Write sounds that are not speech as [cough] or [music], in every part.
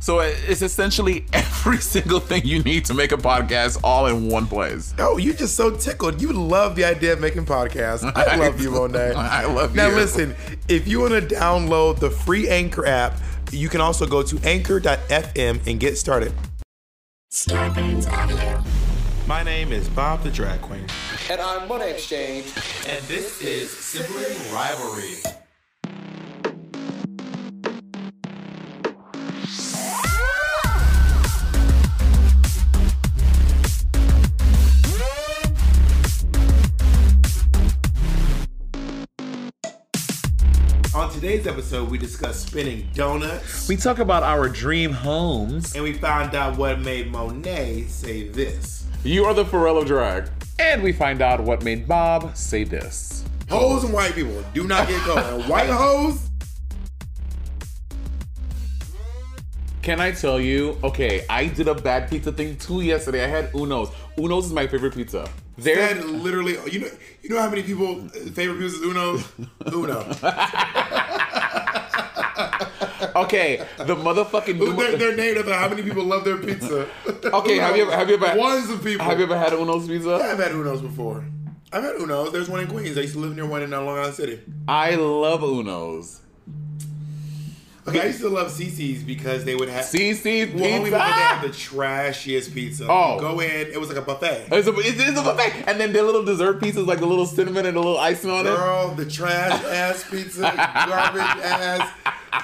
So it's essentially [laughs] every single thing you need to make a podcast all in one place. Oh, you just so tickled. You love the idea of making podcasts. I love you, Monet. I love now, you. Now, listen, if you want to download the free Anchor app, you can also go to anchor.fm and get started. Scarpins Audio. My name is Bob the Drag Queen. And I'm Money Exchange. And this is Sibling Rivalry. On today's episode, we discuss spinning donuts We talk about our dream homes. and we found out what made Monet say this. You are the Pharrell of drag. And we find out what made Bob say this. Hoes and white people do not get going. white hoes? Can I tell you? Okay, I did a bad pizza thing too yesterday. I had Uno's. Uno's is my favorite pizza. There, That literally, you know, you know how many people uh, favorite music is [laughs] Uno? Uno. okay, the motherfucking. They're, they're named after how many people love their pizza. [laughs] Okay, have you ever- have you ever- Ones of people. Have you ever had Uno's pizza? I've had Unos before. I've had Unos. There's one in Queens. I used to live near one in uh, Long Island City. I love Uno's. Okay, I used to love CC's because they would have. CC well, only because they had pizza. the trashiest pizza. Oh. You go in. It was like a buffet. It's a, it's, it's a buffet, and then their little dessert pieces, like the little cinnamon and the little icing on it. Girl, the trash ass pizza, garbage ass,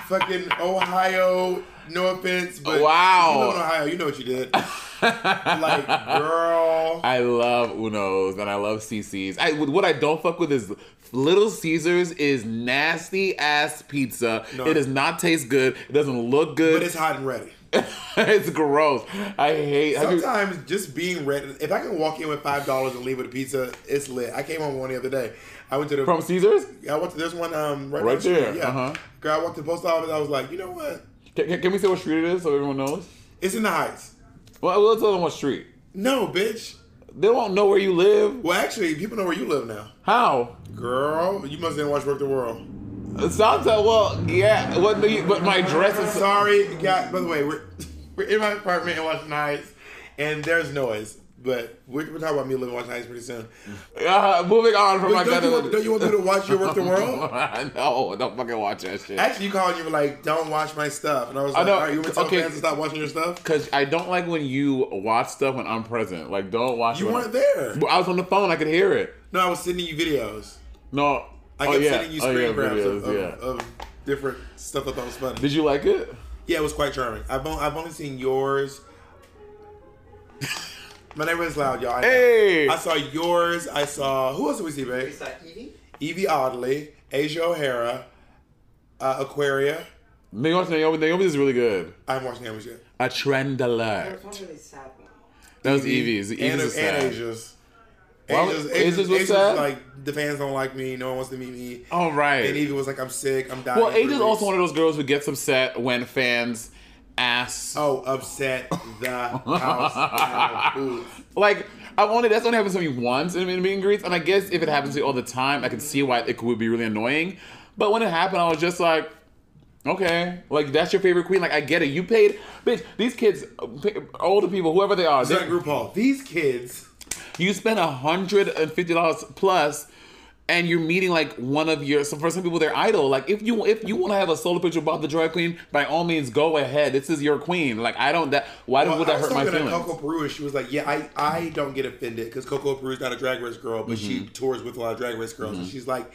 fucking Ohio. No offense, but Wow. you live in Ohio, you know what you did. like, girl. I love Uno's and I love CC's. I what I don't fuck with is Little Caesars is nasty ass pizza. No. It does not taste good. It doesn't look But good. it's hot and ready. [laughs] It's, gross. I hate. have you- Sometimes just being ready. If I can walk in with five dollars and leave with a pizza, it's lit. I came home one the other day. I went to the. from Caesars? I went to this one um right, Right down the street, there, Yeah. uh-huh. Girl, I walked to the post office. I was like, you know what? Can, can- can we say what street it is so everyone knows? It's in the Heights. Well, we'll tell them what street. No, bitch. They won't know where you live. Well, actually, people know where you live now. How? Girl, you must have watched Work the World. Santa. Well, yeah. What do you, but my dress is. Sorry, guys. By the way, we're [laughs] we're in my apartment in Washington Heights, and there's noise. But we're, we're talking about me living in Washington Heights pretty soon. Uh, moving on from But my don't, you want, don't you want people to watch your Work [laughs] Oh the World? no, don't fucking watch that shit. Actually, you called and you were like, "Don't watch my stuff," and I was I like, know. "All right, you want to tell Okay. fans to stop watching your stuff?" Cause I don't like when you watch stuff when I'm present. Like, don't watch. You when weren't there. Well, I was on the phone. I could hear it. No, I was sending you videos. No. I oh, kept yeah. sending you oh, screen yeah, grabs videos, of, of, yeah. of different stuff I thought was funny. Did you like it? yeah, it was quite charming. I've only, I've only seen [laughs] yours. my neighbor is loud, y'all. I know. Hey. I saw yours. I saw who else did we see, babe? Evie Oddly, Asia O'Hara, uh, Aquaria. Naomi, Naomi, Naomi is really good. I haven't watched Naomi's yet. A trend alert. That was Evie's. Evie's and, is and sad. Asia's. Why would- Asia's, Asia's, Asia's Asia's, was sad? like the fans don't like me. No one wants to meet me. All right. And Evie was like, "I'm sick. I'm dying." well, for three Asia's also weeks." one of those girls who gets upset when fans ask. Oh, upset [laughs] the house. out of boots. Like, I've only that's only happened to me once in, in meet and greets, and I guess if it happens to me all the time, I can see why it would be really annoying. But when it happened, I was just like, okay, like that's your favorite queen. Like I get it. You paid, bitch. These kids, uh, pa- older people, whoever they are, It's like they, RuPaul. These kids. you spend hundred and fifty dollars plus. And you're meeting like one of your so for some people their idol. Like if you if you want to have a solo picture about the drag queen, by all means go ahead. This is your queen. Like I don't that why Well, would I that was hurt my talking to feelings? Coco Peru, and she was like, "Yeah, I, I don't get offended because Coco Peru's not a drag race girl, but she Mm-hmm. tours with a lot of drag race girls, and she's like,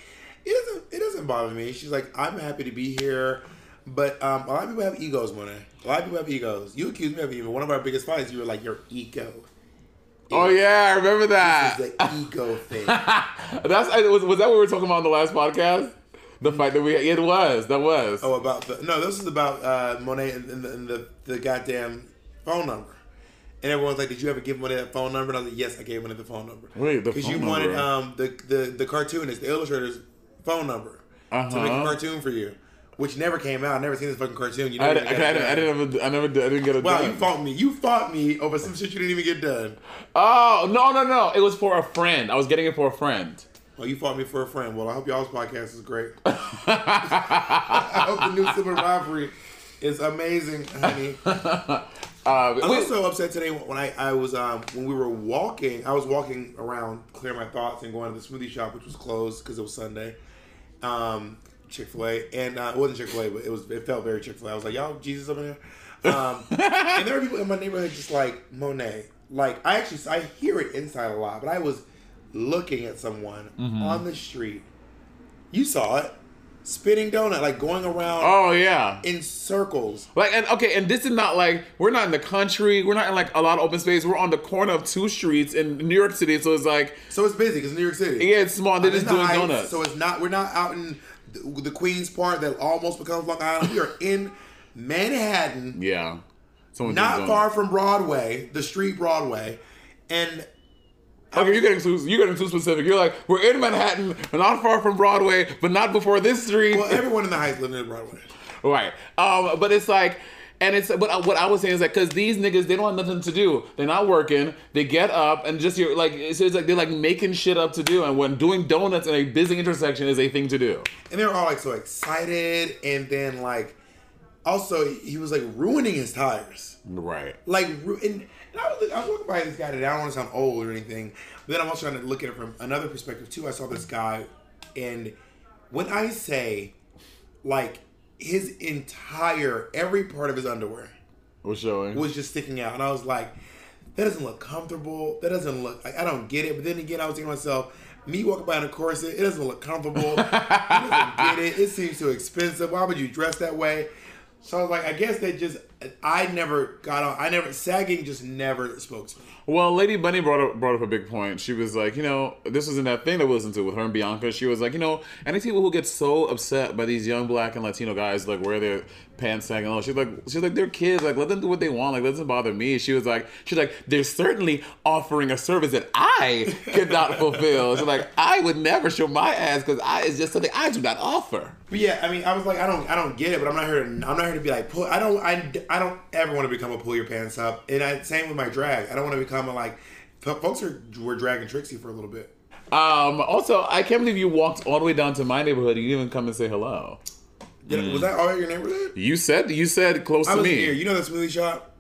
it doesn't it doesn't bother me. She's like, I'm happy to be here, but um, a lot of people have egos, Monet. A lot of people have egos. You accused me of even one of our biggest fights. You were like, your ego. Oh yeah, I remember that. It's the ego thing. [laughs] That's I, was, was that what we were talking about on the last podcast? The fight that we had? it was that was. Oh, about the no. This is about uh, Monet and, and, the, and the the goddamn phone number. And everyone's like, "Did you ever give Monet that phone number?" And I was like, "Yes, I gave Monet the phone number." Wait, the because you phone wanted number. um the the the cartoonist, the illustrator's phone number to make Uh-huh. a cartoon for you, which never came out. I never seen this fucking cartoon. You I, I, never got it didn't, I done. didn't have a, I never did- I didn't get it Wow, done. you fought me. You fought me over some shit you didn't even get done. oh no no no! It was for a friend. I was getting it for a friend. Oh, you fought me for a friend. Well, I hope y'all's podcast is great. [laughs] I hope the [laughs] new Super Rivalry is amazing, honey. Uh, I wait, was so upset today when I, I was um when we were walking. I was walking around, clearing my thoughts, and going to the smoothie shop, which was closed because it was Sunday. Um, Chick Fil A, and uh, it wasn't Chick Fil A, but it was. It felt very Chick Fil A. I was like, y'all, Jesus over there. [laughs] Um, and there were people in my neighborhood just like Monet. Like I actually I hear it inside a lot, but I was looking at someone Mm-hmm. on the street. You saw it, spinning donut, like going around oh yeah. in circles. Like and okay, and this is not like we're not in the country. We're not in like a lot of open space. We're on the corner of two streets in New York City. So it's like So it's busy because New York City. yeah, it's small. They're Oh, It's not just doing Heights, donuts. So it's not. We're not out in the, the Queens part that almost becomes Long Island. We are in Manhattan, yeah, Someone's doing not donuts. far from Broadway, the street Broadway, and Okay, you're getting too you're getting too specific. You're like we're in Manhattan, we're not far from Broadway, but not before this street. well, everyone in the Heights living in Broadway. [laughs] Right. Um, but it's like, and it's but I- what I was saying is like, cause these niggas they don't have nothing to do. They're not working. They get up and just you're like, it's, it's like they're like making shit up to do. And when doing donuts in a busy intersection is a thing to do. and they were all like so excited, and then like also he was like ruining his tires. Right. like ru- and, and I was I was walking by this guy today. I don't want to sound old or anything, but then I'm also trying to look at it from another perspective too. I saw this guy, and when I say like his entire every part of his underwear We're showing. was just sticking out, and I was like, that doesn't look comfortable. That doesn't look like I don't get it. But then again, I was thinking to myself. Me walking by in a corset, it doesn't look comfortable. I doesn't get it. It seems too expensive. Why would you dress that way? So I was like, I guess they just, I never got on. I never, sagging just never spoke to me. Well, Lady Bunny brought up brought up a big point. She was like, you know, this was in that thing that we listened to with her and Bianca. She was like, you know, and these people who get so upset by these young black and Latino guys like wear their pants sagging and all. She's like, she's like, they're kids. Like, let them do what they want. Like, that doesn't bother me. She was like, she's like, they're certainly offering a service that I [laughs] could not fulfill. She's like, I would never show my ass because I is just something I do not offer. But yeah, I mean, I was like, I don't, I don't get it, but I'm not here. To, I'm not here to be like, pull. I don't, I, I don't ever want to become a pull your pants up. And I, same with my drag. I don't want to become a like, fo- folks are were dragging Trixie for a little bit. Um, also, I can't believe you walked all the way down to my neighborhood. You didn't even come and say hello. Did, Was that all your neighborhood? You said you said close I to was me. here. You know the smoothie shop.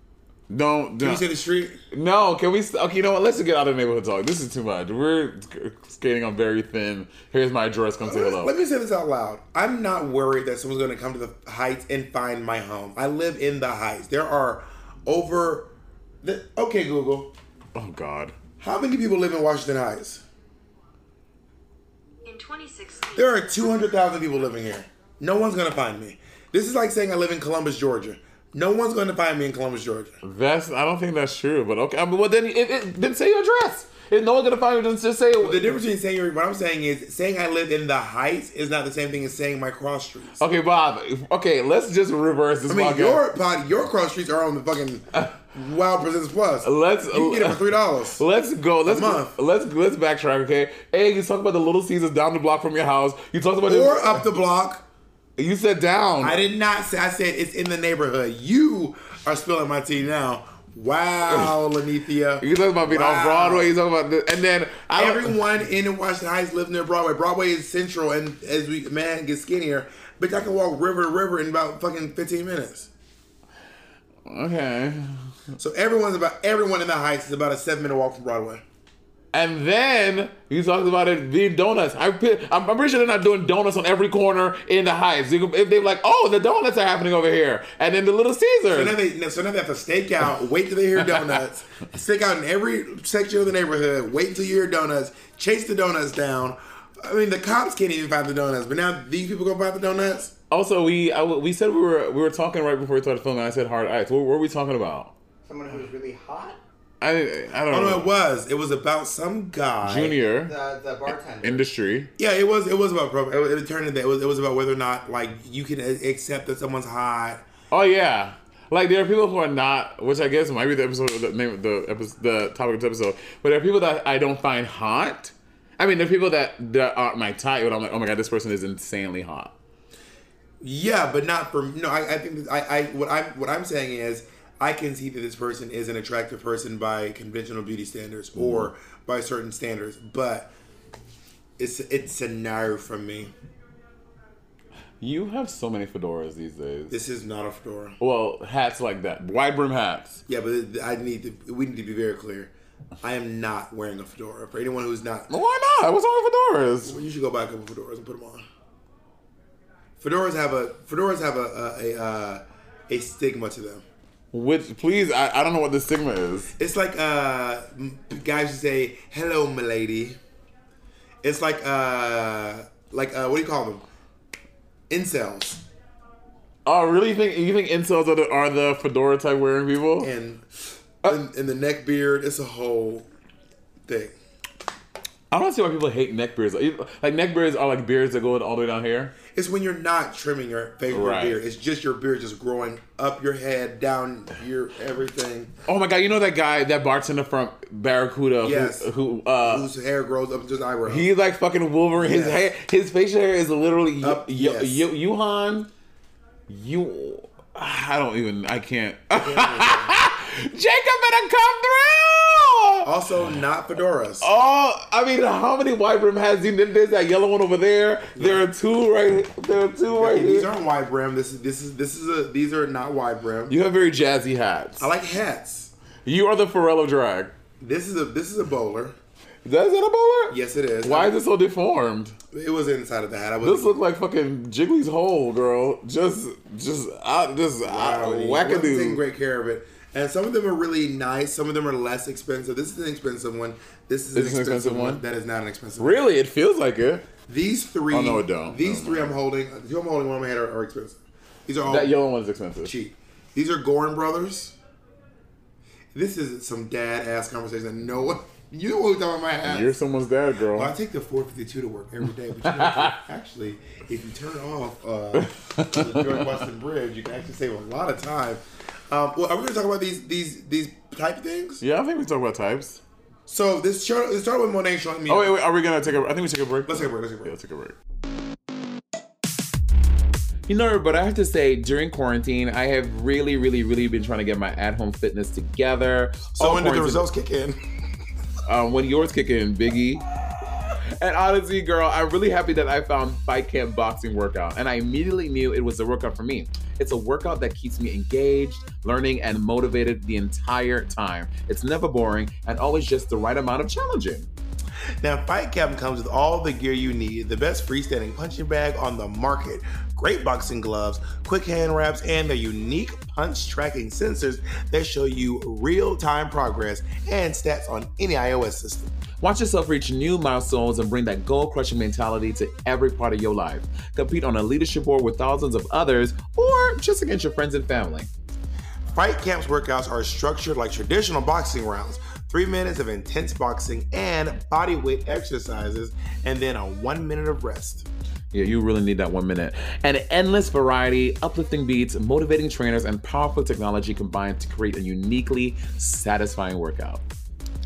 don't, Did don't you say the street? No, can we? st- Okay, you know what? Let's get out of neighborhood talk. This is too much. We're skating on very thin. Here's my address. Come say Let me- hello. Uh, Let me say this out loud. I'm not worried that someone's going to come to the Heights and find my home. I live in the Heights. There are over. The, okay, Google. oh God. How many people live in Washington Heights? In 2016, There are 200,000 people living here. No one's going to find me. This is like saying I live in Columbus, Georgia. No one's going to find me in Columbus, Georgia. That's. I don't think that's true. But okay. I mean, well, then, it, it, then say your address. If no one's gonna find you, then just say. The difference between saying you're- what I'm saying is saying I live in the Heights is not the same thing as saying my cross streets. Okay, Bob. Okay, let's just reverse this I mean, podcast. your pod, your cross streets are on the fucking Wild Presents Plus. Let's- you can get it for three dollars. [laughs] Let's go. Let's month. let's let's backtrack. Okay. Hey, you talked about the Little Caesars down the block from your house. You talked about Or it. up the block. You said down. I did not say. I said it's in the neighborhood. You are spilling my tea now. [laughs] Wow, Lanithia. You talked about being on Wow. Broadway. You talked about this, and then I don't- Everyone in Washington Heights lives near Broadway. Broadway is central, and as we man gets skinnier, bitch, I can walk river to river in about fucking fifteen minutes. Okay. So everyone's about everyone in the Heights is about a seven minute walk from Broadway. And then you talked about it being donuts. I, pe- I'm, I'm pretty sure they're not doing donuts on every corner in the Heights. You could- If they're like, oh, the donuts are happening over here, and then the Little So now Caesars. they so now they have to stake out, wait till they hear donuts, stick out in every section of the neighborhood, wait till you hear donuts, chase the donuts down. I mean, the cops can't even find the donuts, but now these people go find the donuts. Also, we I w we said we were we were talking right before we started filming. I said hard ice. What were we talking about? Someone who's really hot? I I don't Oh no, know. it was. It was about some guy. Junior The, the bartender. [laughs] industry. Yeah, it was. It was about. pro- It, was- it turned into. It was. It was about whether or not like you can a- accept that someone's hot. Oh yeah. Like there are people who are not, which I guess might be the episode, the name, of the episode, the topic of this episode. But there are people that I don't find hot. I mean, there are people that that aren't my type, but I'm like, oh my god, this person is insanely hot. Yeah, but not for no. I, I think that I, I what I'm what I'm saying is I can see that this person is an attractive person by conventional beauty standards or by certain standards, but it's it's a no from me. You have so many fedoras these days. This is not a fedora. well, hats like that, wide brim hats. Yeah, but I need to. We need to be very clear. I am not wearing a fedora. For anyone who's not, Why not? What's wrong with fedoras? you should go buy a couple fedoras and put them on. Fedoras have a fedoras have a a, a, uh, a stigma to them. Which, please, I, I don't know what the stigma is. It's like uh, m- guys who say "Hello, milady." It's like uh, like uh, what do you call them? Incels Oh, really? You think you think incels are the, are the fedora type wearing people? and Uh. and, and the neck beard. It's a whole thing. I don't see why people hate neck beards. Like neck beards are like beards that go all the way down here. It's when you're not trimming your favorite Right. beard. It's just your beard just growing up your head, down your everything. Oh my god, you know that guy, that bartender from Barracuda, Yes. who, who uh, Whose hair grows up to his eyebrow. he's like fucking Wolverine. His Yes. hair, his facial hair is literally y- Up- y- yes. y- Yuhan. You, I don't even, I can't. [laughs] Jacob, better come through. also, not fedoras. Oh, I mean, how many white brim has you? There's that yellow one over there. There are two right. There are two right Hey, these here. aren't wide brim. This is this is this is a these are not wide brim. You have very jazzy hats. I like hats. you are the Pharrell of drag. This is a this is a bowler. Is that, is that a bowler? Yes, it is. Why is it so deformed? It was inside of the hat. I This was looks like fucking Jiggly's hole, girl. Just, just out, just out, wasn't taking wackadoo. great care of it. And some of them are really nice. Some of them are less expensive. This is an expensive one. This is an expensive, one. That is not an expensive. one. Really, it feels like it. These three. Oh, no, it don't. These Never three I'm holding. The Two I'm holding. One in my head are, are expensive. These are all That yellow one is expensive. cheap. These are Gorin brothers. This is some dad ass conversation that no one. [laughs] You know who's on my ass. You're someone's dad, girl. Well, I take the 452 to work every day, but you know, [laughs] actually, if you turn off uh, the George Washington Bridge, you can actually save a lot of time. Um, well, are we going to talk about these these these type things? Yeah, I think we talk about types. So this show, it started with Monet showing me. Oh wait, wait, are we gonna take a? I think we take a break. Let's take a break. Let's take a Yeah, break. let's take a break. You know, but I have to say, during quarantine, I have really, really, really been trying to get my at-home fitness together. So All when did the quarantine- results kick in? [laughs] um, when yours kick in, Biggie. And honestly, girl, I'm really happy that I found Fight Camp Boxing Workout, and I immediately knew it was a workout for me. It's a workout that keeps me engaged, learning, and motivated the entire time. It's never boring and always just the right amount of challenging. Now, Fight Camp comes with all the gear you need the best freestanding punching bag on the market, great boxing gloves, quick hand wraps, and their unique punch tracking sensors that show you real time progress and stats on any iOS system. Watch yourself reach new milestones and bring that goal crushing mentality to every part of your life. Compete on a leadership board with thousands of others or just against your friends and family. Fight Camp's workouts are structured like traditional boxing rounds three minutes of intense boxing and body weight exercises, and then a one minute of rest. Yeah, you really need that one minute. An endless variety, uplifting beats, motivating trainers, and powerful technology combined to create a uniquely satisfying workout.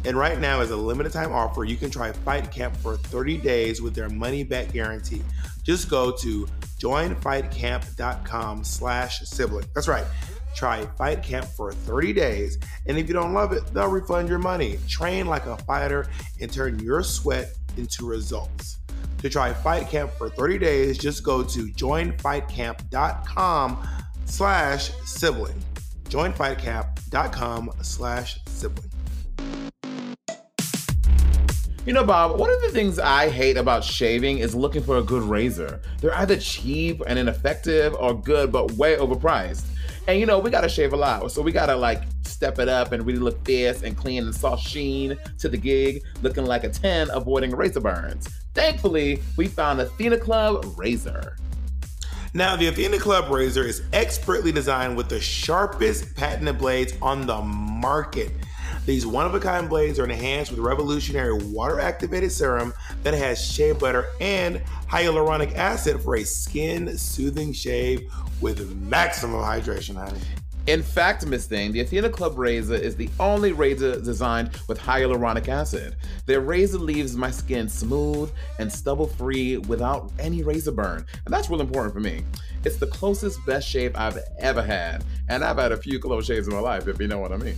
And right now, as a limited time offer, you can try Fight Camp for 30 days with their money back guarantee. Just go to joinfightcamp.com slash sibling. That's right. Try Fight Camp for 30 days. And if you don't love it, they'll refund your money. Train like a fighter and turn your sweat into results. To try Fight Camp for 30 days, just go to joinfightcamp.com slash sibling. Joinfightcamp.com slash sibling. You know, Bob, one of the things I hate about shaving is looking for a good razor. They're either cheap and ineffective or good but way overpriced. And you know, we gotta shave a lot, so we gotta like step it up and really look fierce and clean and soft sheen to the gig, looking like a 10, avoiding razor burns. Thankfully, we found Athena Club Razor. Now, the Athena Club razor is expertly designed with the sharpest patented blades on the market. These one of a kind blades are enhanced with revolutionary water activated serum that has shea butter and hyaluronic acid for a skin soothing shave with maximum hydration, honey. In fact, Miss Thing, the Athena Club razor is the only razor designed with hyaluronic acid. Their razor leaves my skin smooth and stubble free without any razor burn, and that's real important for me. It's the closest best shave I've ever had, and I've had a few close shaves in my life, if you know what I mean.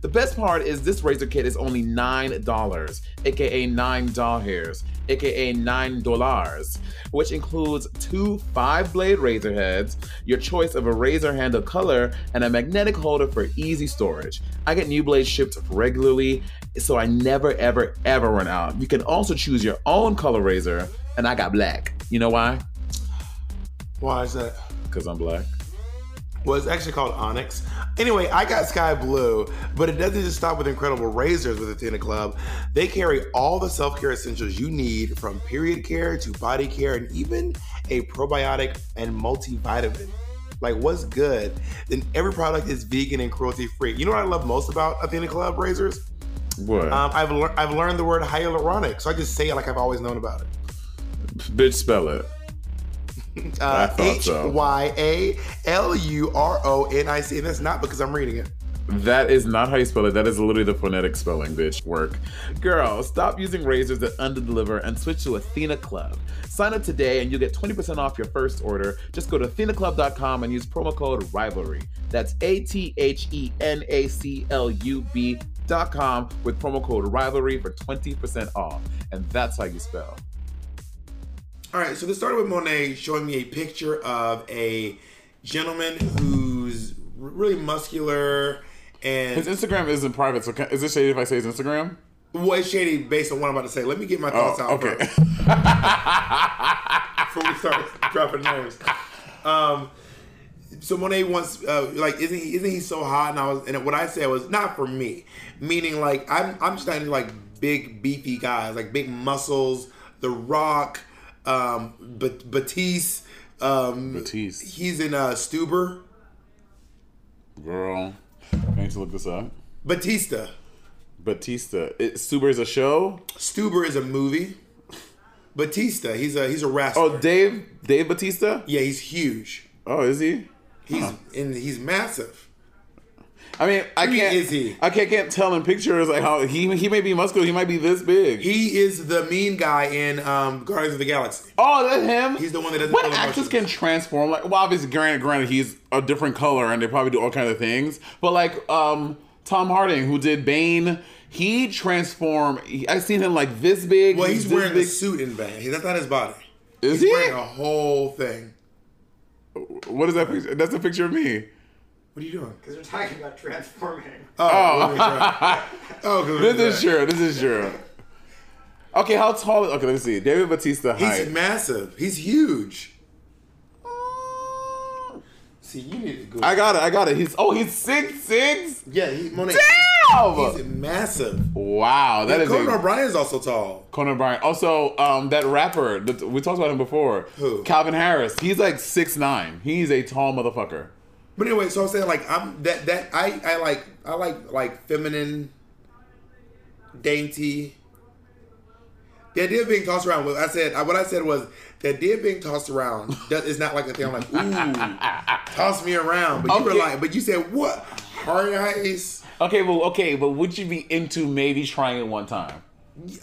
The best part is this razor kit is only $9, aka 9 doll hairs, aka 9 dollars, which includes two five blade razor heads, your choice of a razor handle color, and a magnetic holder for easy storage. I get new blades shipped regularly, so I never, ever, ever run out. You can also choose your own color razor, and I got black. You know why? Why is that? Because I'm black. Well, it's actually called Onyx. Anyway, I got Sky Blue, but it doesn't just stop with incredible razors with Athena Club. They carry all the self care essentials you need from period care to body care and even a probiotic and multivitamin. Like, what's good? Then every product is vegan and cruelty free. You know what I love most about Athena Club razors? What? Um, I've, lear- I've learned the word hyaluronic, so I just say it like I've always known about it. Bitch, spell it. I Uh, thought H so. Y A L U R O N I C, and that's not because I'm reading it. That is not how you spell it. That is literally the phonetic spelling, bitch. Work. Girl, stop using razors that underdeliver and switch to Athena Club. Sign up today and you'll get 20% off your first order. Just go to athenaclub.com and use promo code RIVALRY. That's A T H E N A C L U B.com with promo code RIVALRY for 20% off. And that's how you spell. All right, so this started with Monet showing me a picture of a gentleman who's r- really muscular His and Instagram isn't private, so can, is it shady if I say his Instagram? well, it's shady based on what I'm about to say. Let me get my Oh, thoughts out okay. [laughs] first before we start dropping names. Um, so Monet wants uh, like isn't he isn't he so hot? And I was and what I said was not for me, meaning like I'm I'm just not into like big beefy guys like big muscles, The Rock, um, Bat- Batiste. Um, Batiste. He's in uh, Stuber. Girl, I need to look this up. Batista. Batista. It, Super is a show. Stuber is a movie. Batista, he's a he's a wrestler. Oh, Dave. Dave Batista. yeah, he's huge. Oh, is he? He's and he's massive. I mean, I mean, can't. is he? I can't, can't tell in pictures like how he he may be muscular. He might be this big. He is the mean guy in um, Guardians of the Galaxy. oh, that's him. He's the one that doesn't What feel actors emotions. can transform? Like, well, obviously, granted, granted, he's a different color, and they probably do all kinds of things. But like, um, Tom Harding, who did Bane, he transformed. he- I've seen him like this big. Well, he's this wearing a big. suit in Bang. He- That's not his body. Is He's he? wearing a whole thing. What is that picture? That's a picture of me. What are you doing? Because we're talking about transforming. Oh, oh, [laughs] oh This is true. This is true. Okay, how tall? Okay, let me see. David Batista He's height. massive. He's huge. See, you need to go. I got it. I got it. He's oh, he's six six. yeah, he, Monet. Damn! He's massive. Wow, that is Conan a, O'Brien's also tall. Conan O'Brien. Also, um, that rapper that- we talked about him before. Who? Calvin Harris. He's like six nine. He's a tall motherfucker. But anyway, so I'm saying like I'm that that I I like I like like feminine, dainty. The idea of being tossed around. What I said, what I said was the idea of being tossed [laughs] around does, is not like a thing. I'm like, Ah, ooh, toss me around. But you were Okay. like, but you said what? Hard ice. Okay, well, okay, but would you be into maybe trying it one time?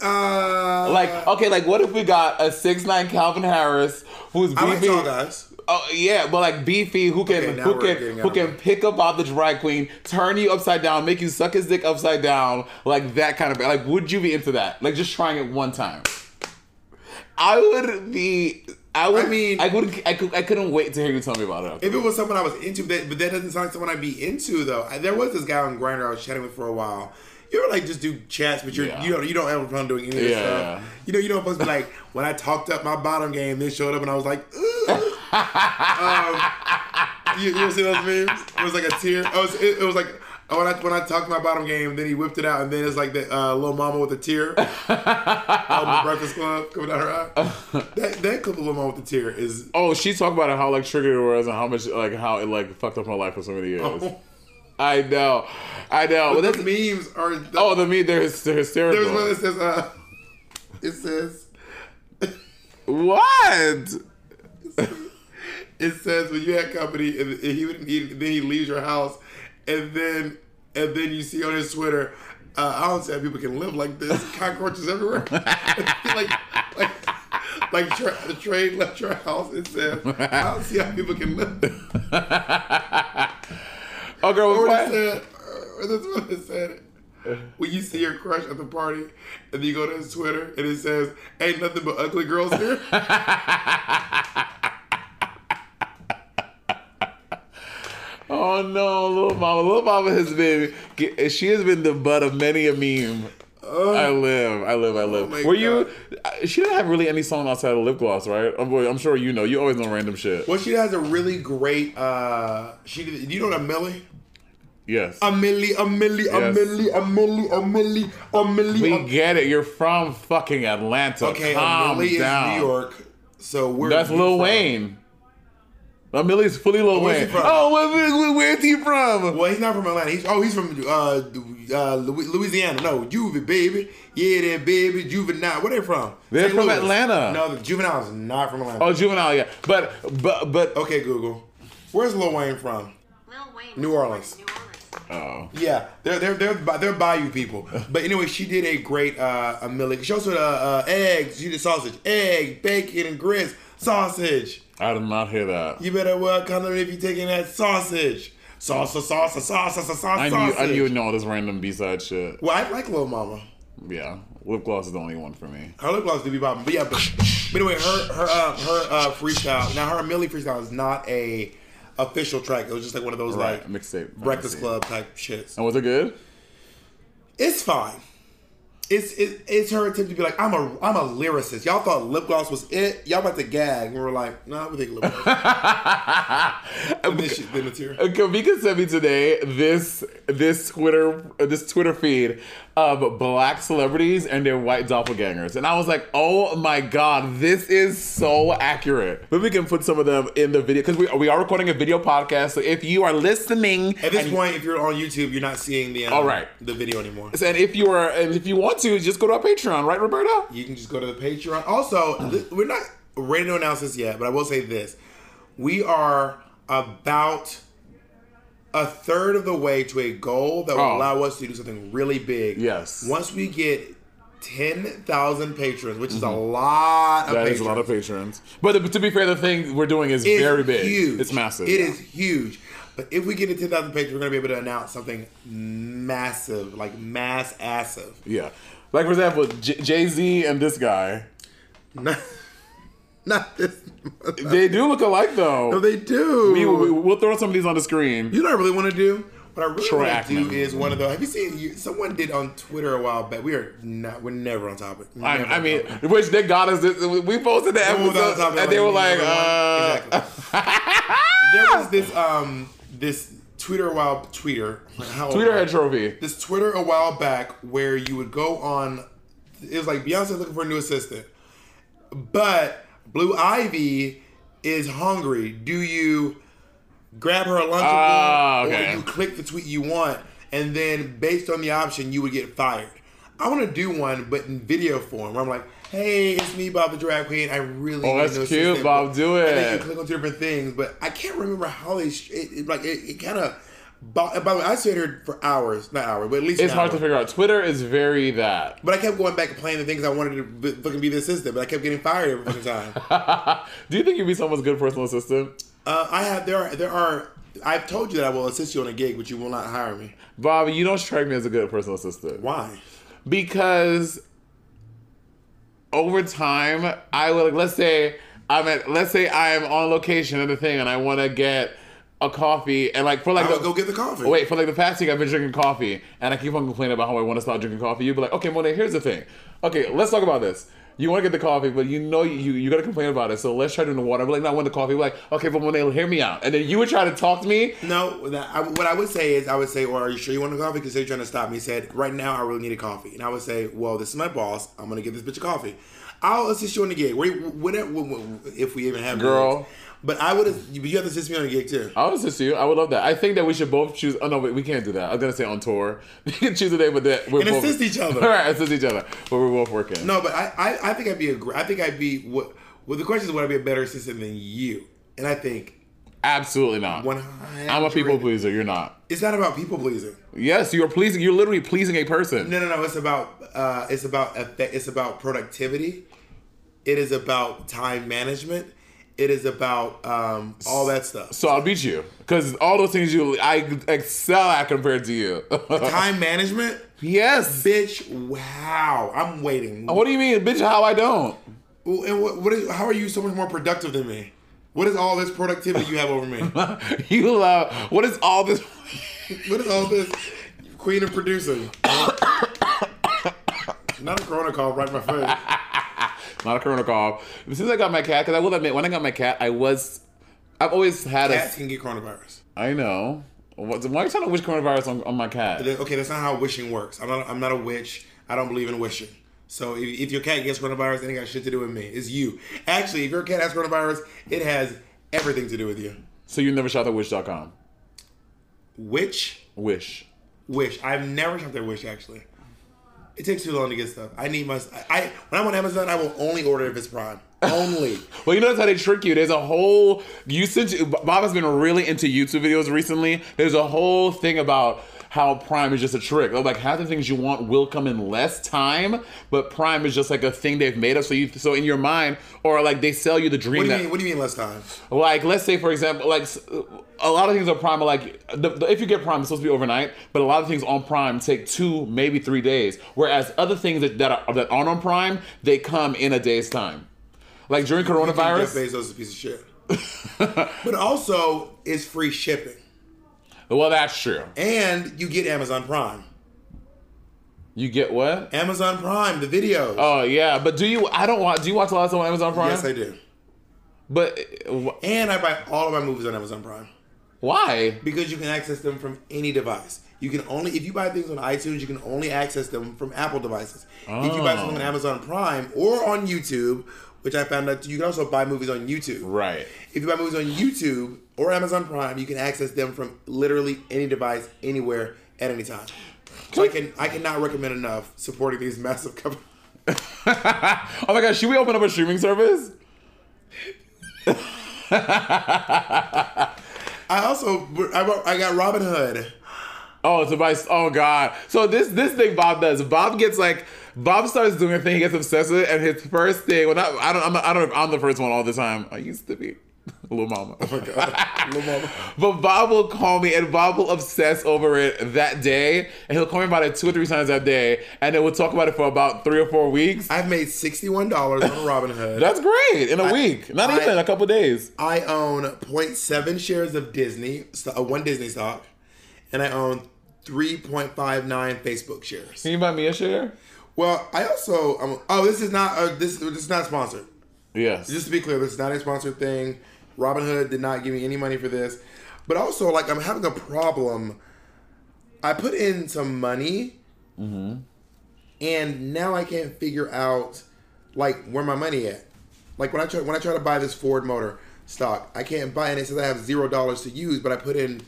Uh, Like, okay, like what if we got a six nine Calvin Harris who's I like beefy? tall guys. Oh yeah, but like beefy, who can Okay, now who we're can getting who out can of- pick up off the drag queen, turn you upside down, make you suck his dick upside down, like that kind of like. Would you be into that? Like just trying it one time. I would be. I would. I mean- I would. I could. I couldn't wait to hear you tell me about it. If it was someone I was into, but that, but that doesn't sound like someone I'd be into though. I, there was this guy on Grinder I was chatting with for a while. You ever like just do chats, but you're Yeah. you know you don't have fun doing any of this Yeah, stuff. yeah. You know you don't supposed to be like [laughs] when I talked up my bottom game, this showed up and I was like, ooh. [laughs] um, you, you ever see those memes? It was like a tear. I was it, it was like. oh, When I, when I talked my bottom game, then he whipped it out, and then it's like the uh, little mama with a [laughs] tear on the Breakfast Club coming down her eye. That, that clip of little mama with the tear is Oh, she talked about it, how like triggered it was and how much like how it like fucked up my life for so many years. I know, I know. Well, But that's, the memes are. The, oh, the meme. They're, hys- they're hysterical. there's one that says, uh, [laughs] it says, what? it says when you had company and and he would he, then he leaves your house and then and then you see on his Twitter, uh, I don't see how people can live like this. Cockroaches everywhere. [laughs] like like like tra- the train left your house and said, I don't see how people can live. Oh, girl, Or it what? said, or this one that said. When you see your crush at the party, and you go to his Twitter, and it says, "Ain't nothing but ugly girls here." Oh no, little mama, little mama has been. get- She has been the butt of many a meme. I live, I live, I live. Oh, my Were you? uh, She didn't have really any song outside of lip gloss, right? Oh boy, I'm sure you know. You always know random shit. Well, she has a really great. uh She, did- you know what a Millie? Yes, A Millie, a Millie, a Yes. Millie, a Millie, a Millie, a Millie. we a- get it. You're from fucking Atlanta. Okay, a calm Millie down. is New York, so we're That's you Lil from? Wayne. Now Millie's fully Lil Where's he Wayne. from? Oh, where, where, where's he from? Well, he's not from Atlanta. He's, oh, he's from uh, uh, Louis- Louisiana. No, Juve, baby. Yeah, that baby, juvenile. Where they from? They're St. from Louis. Atlanta. No, the juvenile is not from Atlanta. Oh, juvenile, yeah. But but but Okay, Google. Where's Lil Wayne from? Lil Wayne. New Orleans. New Orleans. oh. Yeah, they're they're they're bi- they're Bayou [laughs] people. But anyway, she did a great uh, a millie. She also did uh, uh, eggs. She did sausage, egg, bacon, and grits, sausage. I did not hear that. You better wear a condom if you're taking that sausage. Sauce, sauce, sauce, sauce, sauce, I sausage. knew I knew you know all this random B side shit. Well, I like Lil Mama. Yeah, lip gloss is the only one for me. Her lip gloss do be popping, but yeah. But, but anyway, her her uh, her uh, freestyle. Now her Millie freestyle is not a official track. It was just like one of those Right, like mixtape Breakfast mixtape. Club type shits. And was it good? It's fine. It's it, it's her attempt to be like I'm a I'm a lyricist. Y'all thought lip gloss was it. Y'all about to gag, and we were like, Nah, we think lip gloss. [laughs] and then, she, then it's here. Uh, Kavika sent me today this this Twitter uh, this Twitter feed of black celebrities and their white doppelgangers, and I was like, oh my god, this is so accurate. But we can put some of them in the video because we we are recording a video podcast. So if you are listening, At this and, point, if you're on YouTube, you're not seeing the um, All right. the video anymore. and if you are and if you want to, just go to our Patreon, right, Roberta? You can just go to the Patreon. Also, th- we're not ready to announce this yet, but I will say this: we are about a third of the way to a goal that will Oh. allow us to do something really big. Yes. Once we get ten thousand patrons, which is a lot. Of Mm-hmm. That patrons, is a lot of patrons. But to be fair, the thing we're doing is It's very big. Huge. It's massive. It yeah. is huge. But if we get to ten thousand patrons, we're gonna be able to announce something massive, like mass assive. Yeah. Like for example, J- Jay Z and this guy, Not, [laughs] not this. they do look alike though. No, they do. We, we, we'll throw some of these on the screen. You know what I really want to do? What I really Troy want to do Aikman. is one of those. Have you seen? You, someone did on Twitter a while back. We are not. We're never on topic. I, Never I on mean, topic. which they got us. This, we posted the Someone was on episode, topic, and they were like, never uh, on- [laughs] exactly. there was this um this Twitter a while tweeter. How old Twitter am I? had trophy. this Twitter a while back where you would go on. It was like Beyonce's looking for a new assistant, but Blue Ivy is hungry. Do you grab her a lunchable Ah, okay. or you click the tweet you want, and then based on the option, you would get fired? I want to do one, but in video form. Where I'm like, "Hey, it's me, Bob the Drag Queen. I really Oh, need that's an cute, assistant." Bob. Do And then it. you click on two different things, but I can't remember how they sh- it, it- like it, it kind of. By, by the way, I stayed here for hours, not hours, but at least It's an hard hour. to figure out. Twitter is very that. But I kept going back and playing the things I wanted to b- fucking be the assistant, but I kept getting fired every fucking [laughs] time. Do you think you'd be someone's good personal assistant? uh, I have there are there are I've told you that I will assist you on a gig, but you will not hire me. Bob, you don't strike me as a good personal assistant. Why? because over time I would like let's say I'm at let's say I'm on location at a thing and I want to get a coffee and like for like I would go get the coffee. wait for like the past week I've been drinking coffee and I keep on complaining about how I want to stop drinking coffee. You'd be like, okay, Monet, here's the thing. Okay, let's talk about this. You want to get the coffee, but you know you, you, you got to complain about it. So let's try doing the water. I'm like, no, I want the coffee. We're like, okay, but Monet, hear me out. And then you would try to talk to me. No, that, I, what I would say is I would say, "Well, are you sure you want a coffee?" Because they're trying to stop me. He said, "Right now, I really need a coffee," and I would say, "Well, this is my boss. I'm gonna give this bitch a coffee." I'll assist you on the gig. Where, whenever, wh- wh- if we even have Girl. Oh. gigs. But I would. You but you have to assist me on the gig too. I would assist you. I would love that. I think that we should both choose. Oh no, wait, we can't do that. I was gonna say on tour. [laughs] You can choose a day, but that we're And both, assist each other. All [laughs] right, assist each other, but we're both working. No, but I, I, I think I'd be a. gr- I think I'd be what. Well, the question is, would I be a better assistant than you? And I think absolutely not. one. I'm a people pleaser. You're not. It's not about people pleasing. Yes, you are pleasing. You're literally pleasing a person. No, no, no. It's about uh, it's about effect, it's about productivity. It is about time management. It is about um, all that stuff. So I'll beat you because all those things you I excel at compared to you. [laughs] Time management, [laughs] yes. bitch. Wow, I'm waiting. Uh, What do you mean, bitch? How I don't? [laughs] Well, And what, what is, how are you so much more productive than me? What is all this productivity you have over [laughs] me? you love. What is all this? [laughs] What is all this queen of producing? [coughs] Not a corona call right in my face. Not a corona call. Since I got my cat, because I will admit, when I got my at, I was. I've always had a. Cats can get coronavirus. I know. What, why are you trying to wish coronavirus on, on my cat? Okay, that's not how wishing works. I'm not. I'm not a witch. I don't believe in wishing. So if, if your cat gets coronavirus, it ain't got shit to do with me. It's you. Actually, if your cat has coronavirus, it has everything to do with you. So you never shot at wish.com. Witch, Wish. wish. I've never shopped at Wish actually. It takes too long to get stuff. I need my. I when I'm on Amazon, I will only order if it's Prime. Only. Well, you notice how they trick you. There's a whole usage. Bob has been really into YouTube videos recently. There's a whole thing about how Prime is just a trick. Like half the things you want will come in less time, but Prime is just like a thing they've made up. So you, so in your mind, or like they sell you the dream What do you that mean? What do you mean less time? Like, let's say, for example, like s- a lot of things on Prime are like, the, the, if you get Prime, it's supposed to be overnight, but a lot of things on Prime take two, maybe three days. Whereas other things that, that, are, that aren't on Prime, they come in a day's time. Like during coronavirus, Jeff Bezos is a piece of shit. but also, it's free shipping, well, that's true. and you get Amazon Prime. You get what? Amazon Prime, the videos. Oh, yeah. But do you, I don't watch, do you watch a lot of stuff on Amazon Prime? yes, I do. But uh, wh- And I buy all of my movies on Amazon Prime why? because you can access them from any device. You can only if you buy things on iTunes, you can only access them from Apple devices. If you buy something on Oh. Amazon Prime or on YouTube, which I found out you can also buy movies on YouTube. Right. If you buy movies on YouTube or Amazon Prime, you can access them from literally any device, anywhere, at any time. So I can I cannot recommend enough supporting these massive companies. oh my gosh, should we open up a streaming service? I also I bought- I got Robin Hood. Oh, to buy. Oh God. So this this thing Bob does. Bob gets like. Bob starts doing a thing. He gets obsessed with it, and his first thing. Well, not, I don't. I'm, not, I don't. know if I'm the first one all the time. I used to be. [laughs] Little mama. Oh my god. Little mama. [laughs] But Bob will call me and Bob will obsess over it that day. And he'll call me about it two or three times that day. And then we'll talk about it for about three or four weeks. I've made sixty one dollars on Robin Hood. That's great. In a week. Not I- even a couple days. I own 0.7 shares of Disney, st- uh, one Disney stock, and I own 3.59 Facebook shares. Can you buy me a share? Well, I also um, oh, this is not uh, this this is not sponsored. Yes. Just to be clear, this is not a sponsored thing. Robinhood did not give me any money for this, but also like I'm having a problem. I put in some money, and now I can't figure out like where my money at. Like when I try when I try to buy this Ford Motor stock, I can't buy it. It says I have zero dollars to use, but I put in.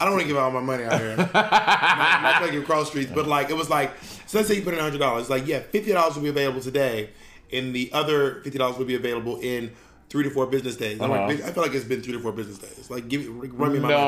I don't want to give out all my money out [laughs] here. I'm not trying to give cross streets, but like it was like so. Let's say you put in hundred dollars. Like yeah, fifty dollars will be available today, and the other fifty dollars will be available in three to four business days. I'm Uh-huh. like, bitch, I feel like it's been three to four business days. Like give me, run me my money.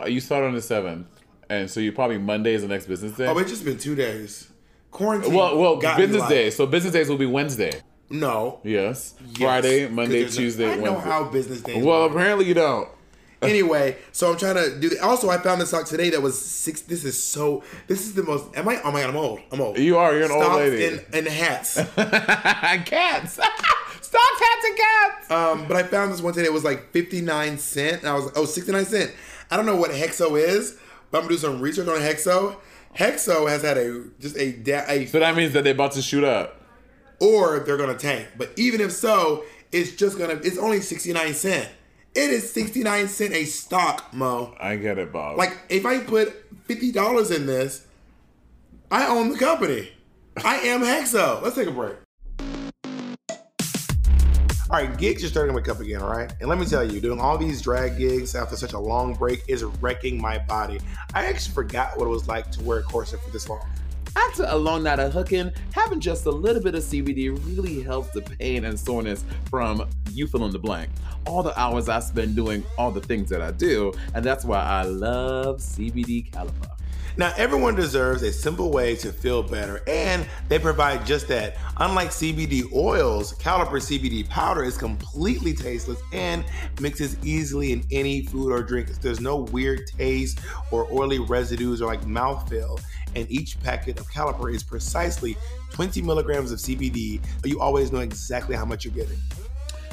no, you start on the seventh, and so you probably Monday is the next business day. Oh, it's just been two days. Quarantine. Well, well, got me, business like- days. So business days will be Wednesday. No. Yes. Yes. Friday, 'Cause Monday, there's no- Tuesday, I know Wednesday. how business days. well, Well, apparently you don't. [laughs] anyway, so I'm trying to do. The, also, I found this sock today that was six. This is so. This is the most. Am I? Oh my god, I'm old. I'm old. You are. You're an old Stocks lady. And, and hats. cats. [laughs] Stop cats and cats. um, but I found this one today. It was like 59 cent, and I was like, oh, 69 cent. I don't know what hexo is, but I'm gonna do some research on hexo. Hexo has had a just a, da- a so that means that they're about to shoot up. or they're gonna tank. But even if so, it's just gonna it's only 69 cent. It is 69 cent a stock, Mo. I get it, Bob. Like if I put fifty dollars in this, I own the company. I am Hexo. Let's take a break. All right, gigs are starting to wake up again, all right? And let me tell you, doing all these drag gigs after such a long break is wrecking my body. I actually forgot what it was like to wear a corset for this long. After a long night of hooking, having just a little bit of CBD really helps the pain and soreness from you fill in the blank. All the hours I spend doing all the things that I do, and that's why I love CBD Caliper. Now, everyone deserves a simple way to feel better, and they provide just that. Unlike CBD oils, Caliper CBD powder is completely tasteless and mixes easily in any food or drink. There's no weird taste or oily residues or like mouthfeel. And each packet of Caliper is precisely 20 milligrams of CBD, so you always know exactly how much you're getting.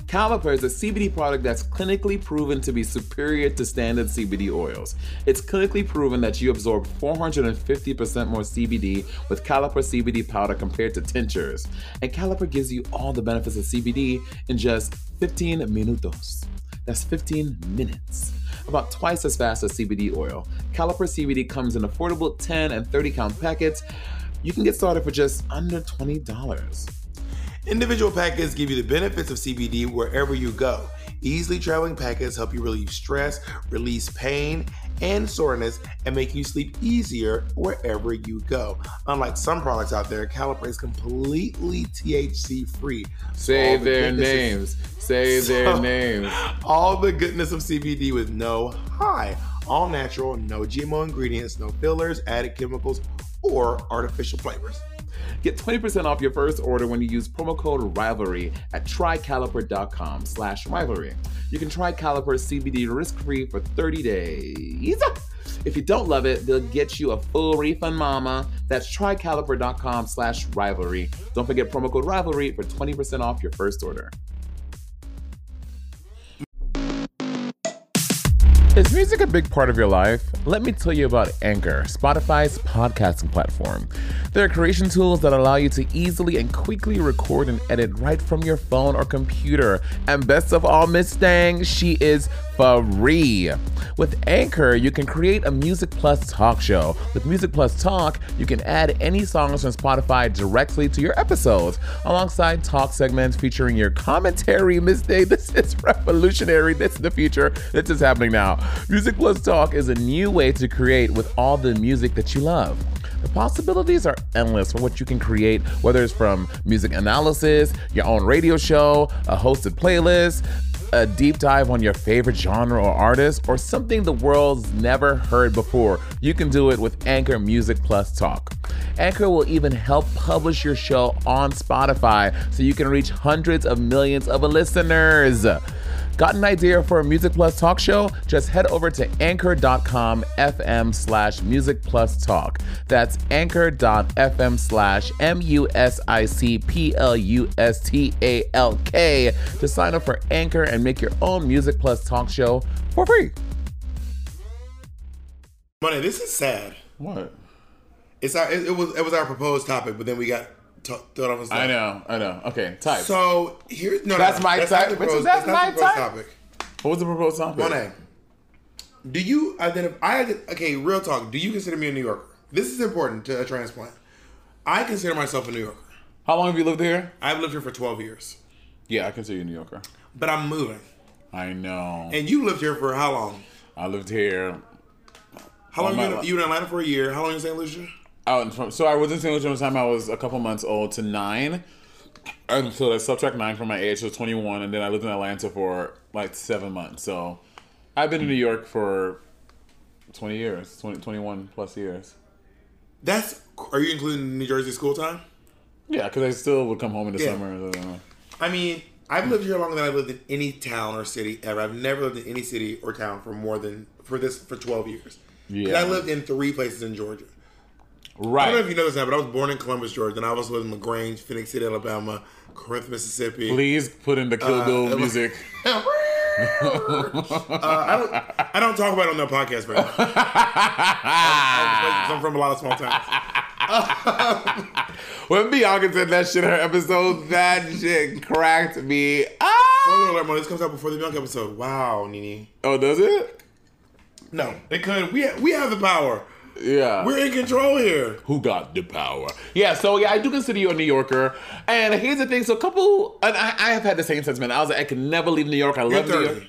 Caliper is a CBD product that's clinically proven to be superior to standard CBD oils. It's clinically proven that you absorb 450% more CBD with Caliper CBD powder compared to tinctures. And Caliper gives you all the benefits of CBD in just 15 minutos. That's 15 minutes. About twice as fast as CBD oil. Caliper CBD comes in affordable 10 and 30 count packets. You can get started for just under $20. Individual packets give you the benefits of CBD wherever you go. Easily traveling packets help you relieve stress, release pain and soreness, and make you sleep easier wherever you go. Unlike some products out there, Caliper is completely THC free. Say All the their goodness is- names. Say their So- names. All the goodness of CBD with no high. All natural, no GMO ingredients, no fillers, added chemicals, or artificial flavors. Get 20% off your first order when you use promo code RIVALRY at trycaliper.com slash rivalry. You can try Caliper CBD risk-free for 30 days. If you don't love it, they'll get you a full refund, mama. That's trycaliper.com slash rivalry. Don't forget promo code RIVALRY for 20% off your first order. Is music a big part of your life? Let me tell you about Anchor, Spotify's podcasting platform. There are creation tools that allow you to easily and quickly record and edit right from your phone or computer. And best of all, Miss Thang, she is free. With Anchor, you can create a Music Plus talk show. With Music Plus Talk, you can add any songs from Spotify directly to your episodes, alongside talk segments featuring your commentary, Miss Day. [laughs] This is revolutionary. This is the future. This is happening now. Music Plus Talk is a new way to create with all the music that you love. The possibilities are endless for what you can create, whether it's from music analysis, your own radio show, a hosted playlist, a deep dive on your favorite genre or artist, or something the world's never heard before, you can do it with Anchor Music Plus Talk. Anchor will even help publish your show on Spotify so you can reach hundreds of millions of listeners. Got an idea for a Music Plus Talk show? Just head over to anchor.com FM slash Music Plus Talk. That's anchor.fm slash M U S I C P L U S T A L K to sign up for Anchor and make your own Music Plus Talk show for free. Money, this is sad. What? It's our, it, it was it was our proposed topic, but then we got t- thrown off. the I side. know, I know. Okay, type. So here's no. no, That's no, my not type, the bitches, proposed- that's not the my proposed type. Topic. what was the proposed topic? Monet, do you identify? I ident- okay, real talk. Do you consider me a New Yorker? This is important to a transplant. I consider myself a New Yorker. How long have you lived here? I've lived here for 12 years, Yeah, I consider you a New Yorker. but I'm moving. I know. And you lived here for how long? I lived here How long my you, life. been, you in Atlanta for a year? How long in St. Lucia? out in front. So I was in St. Louis from the time I was a couple months old to nine. And so I subtract nine from my age, so 21. And then I lived in Atlanta for like seven months. So I've been in New York for 20 years, 20, 21 plus years. That's are you including New Jersey school time? Yeah, because I still would come home in the Yeah. summer. uh, I mean, I've lived here longer than I've lived in any town or city ever. I've never lived in any city or town for more than for this for 12 years. 'Cause Yeah. I lived in three places in Georgia. I don't know Right. if you know this now, but I was born in Columbus, Georgia, and I also lived in LaGrange, Phoenix City, Alabama, Corinth, Mississippi. Please put in the Kill Bill music. [laughs] uh, I don't. I don't talk about it on the podcast, bro. I'm, I'm from a lot of small towns. when Bianca said that shit in her episode, that shit cracked me up. Spoiler alert, Mo, this comes out before the Bianca episode. Wow, Nini. Oh, does it? No, they could. We we have the power. Yeah. We're in control here. who got the power? Yeah, so yeah, I do consider you a New Yorker. And here's the thing: so a couple, and I, I have had the same sentiment. I was like, I can never leave New York. I love New 30. York.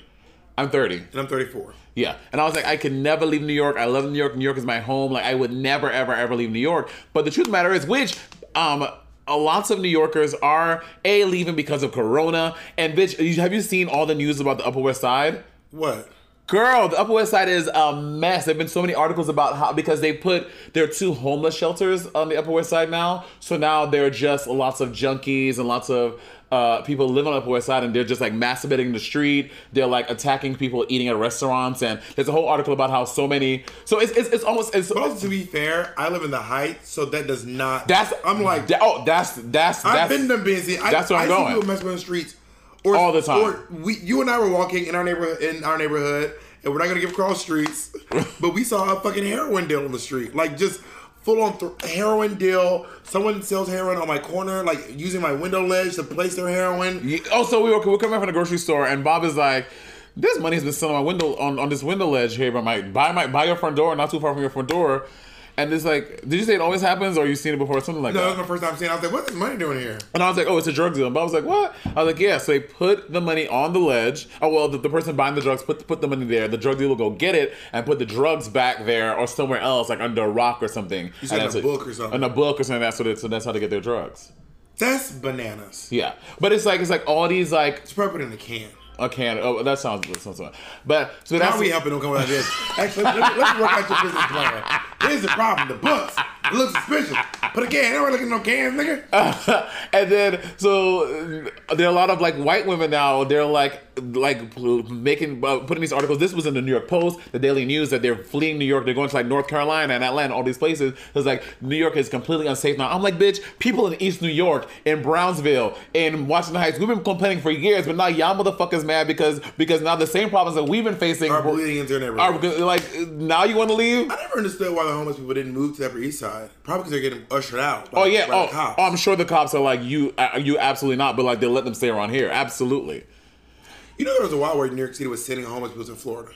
I'm 30. And I'm 34. Yeah. And I was like, I can never leave New York. I love New York. New York is my home. Like, I would never, ever, ever leave New York. But the truth of the matter is, which, um, uh, Lots of New Yorkers are a leaving because of Corona, and bitch, you- have you seen all the news about the Upper West Side? What? Girl, the Upper West Side is a mess. There've been so many articles about how because they put there are two homeless shelters on the Upper West Side now, so now there are just lots of junkies and lots of uh, people live on the Upper West Side, and they're just like masturbating in the street. They're like attacking people eating at restaurants, and there's a whole article about how so many. So it's it's, it's almost it's. Well, to be fair, I live in the Heights, so that does not. That's I'm like, that- oh that's that's I've that's been to busy. I, that's where I'm I going. See people mess with the streets or, All the time. Or we, you and I were walking in our neighborhood, in our neighborhood, and we're not gonna give cross [laughs] streets, but we saw a fucking heroin deal on the street, like just full on th- heroin deal. Someone sells heroin on my corner, like using my window ledge to place their heroin. Yeah. Oh, so we were, we were coming from the grocery store, and Bob is like, "This money has been sitting on my window on, on this window ledge here by my by my by your front door, not too far from your front door." And it's like, did you say it always happens, or you seen it before, something like No, that that? was my first time seeing. it. I was like, "What's this money doing here?" And I was like, "Oh, it's a drug deal." And Bob was like, "What?" I was like, "Yeah." So they put the money on the ledge. Oh well, the, the person buying the drugs put put the money there. The drug dealer will go get it and put the drugs back there or somewhere else, like under a rock or something. said And in a that's book or something. In a book or something. That's what. It's, so that's how they get their drugs. That's bananas. Yeah, but it's like it's like all these like It's probably in a can. a can. Oh, that sounds good. Sounds good. But so Now that's we [laughs] helping them come out of this. Actually, let me, let me work out your business plan. Here's the problem: the books it looks suspicious. Put a can. Ain't looking at no cans, nigga. Uh, and then so uh, there are a lot of like white women now. They're like like pl- making uh, putting these articles. This was in the New York Post, the Daily News that they're fleeing New York. They're going to like North Carolina and Atlanta, all these places. It's like New York is completely unsafe now. I'm like, bitch, people in East New York, in Brownsville, in Washington Heights, we've been complaining for years, but now y'all motherfuckers mad because because now the same problems that we've been facing Are bleeding into their are neighborhood. like now you want to leave. I never understood why the homeless people didn't move to the Upper East Side. Probably because they're getting ushered out. By, Oh by yeah. the Oh, cops. oh, I'm sure the cops are like you. Uh, you absolutely not. But like they let them stay around here. Absolutely. you know there was a while where New York City was sending homeless people to Florida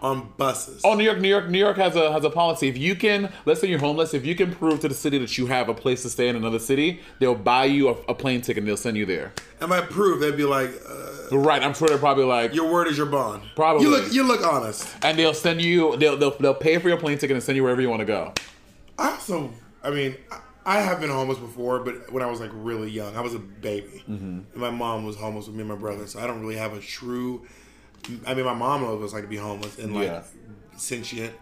on buses. Oh, New York, New York, New York has a has a policy. If you can, let's say you're homeless, if you can prove to the city that you have a place to stay in another city, they'll buy you a, a plane ticket and they'll send you there. and by proof, they'd be like, uh, Right. I'm sure they're probably like, "Your word is your bond." Probably. You look. You look honest. and they'll send you. They'll, they'll they'll pay for your plane ticket and send you wherever you want to go. I also, I mean, I- I have been homeless before, but when I was like really young, I was a baby. Mm-hmm. And my mom was homeless with me and my brother, so I don't really have a true. I mean, my mom knows what it's like to be homeless and like Yeah. sentient,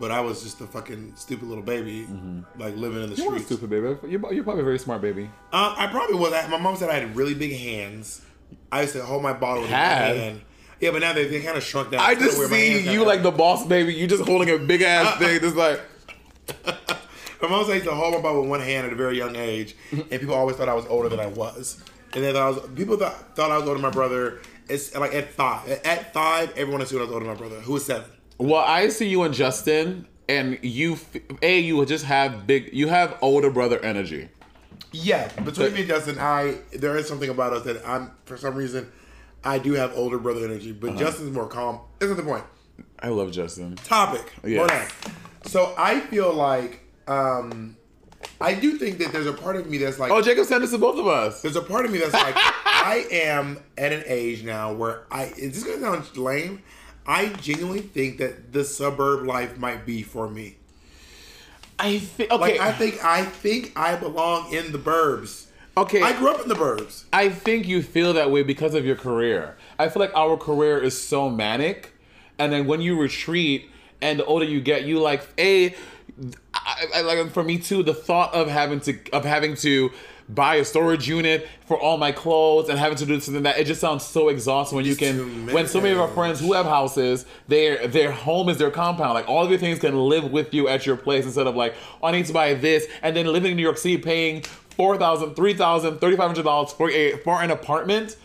but I was just a fucking stupid little baby, like living in the Mm-hmm. You weren't streets. stupid, baby. You're, you're probably a very smart, baby. Uh, I probably was. I- My mom said I had really big hands. I used to hold my bottle with Had? my hand. Yeah, but now they, they kind of shrunk down. I It's kinda just weird. My hands see kinda you shrunk. like the boss, baby. You just holding a big ass thing. Just like [laughs] My mom said I used to hold my bottle with one hand at a very young age, and people always thought I was older than I was. And then I was people thought, thought I was older than my brother. It's like at five. At five, everyone assumed I was older than my brother, who was seven. Well, I see you and Justin, and you, f- a you just have big, you have older brother energy. Yeah, between me and Justin, I there is something about us that I'm for some reason I do have older brother energy, but Uh-huh. Justin's more calm. Isn't the point? I love Justin. Topic. Yes. Hold on. So I feel like um I do think that there's a part of me that's like Oh, Jacob sent this to both of us. there's a part of me that's [laughs] like, I am at an age now where I is this gonna sound lame? I genuinely think that the suburb life might be for me. I think Like okay, I think I think I belong in the burbs. okay. I grew up in the burbs. I think you feel that way because of your career. I feel like our career is so manic, and then when you retreat and the older you get, you like a, I, I, like for me too, the thought of having to of having to buy a storage unit for all my clothes and having to do this and that. It just sounds so exhausting when you It's can too when so many of our much. friends who have houses, their their home is their compound. Like all of your things can live with you at your place instead of like oh, I need to buy this and then living in New York City paying four thousand, three thousand, thirty five hundred dollars for a for an apartment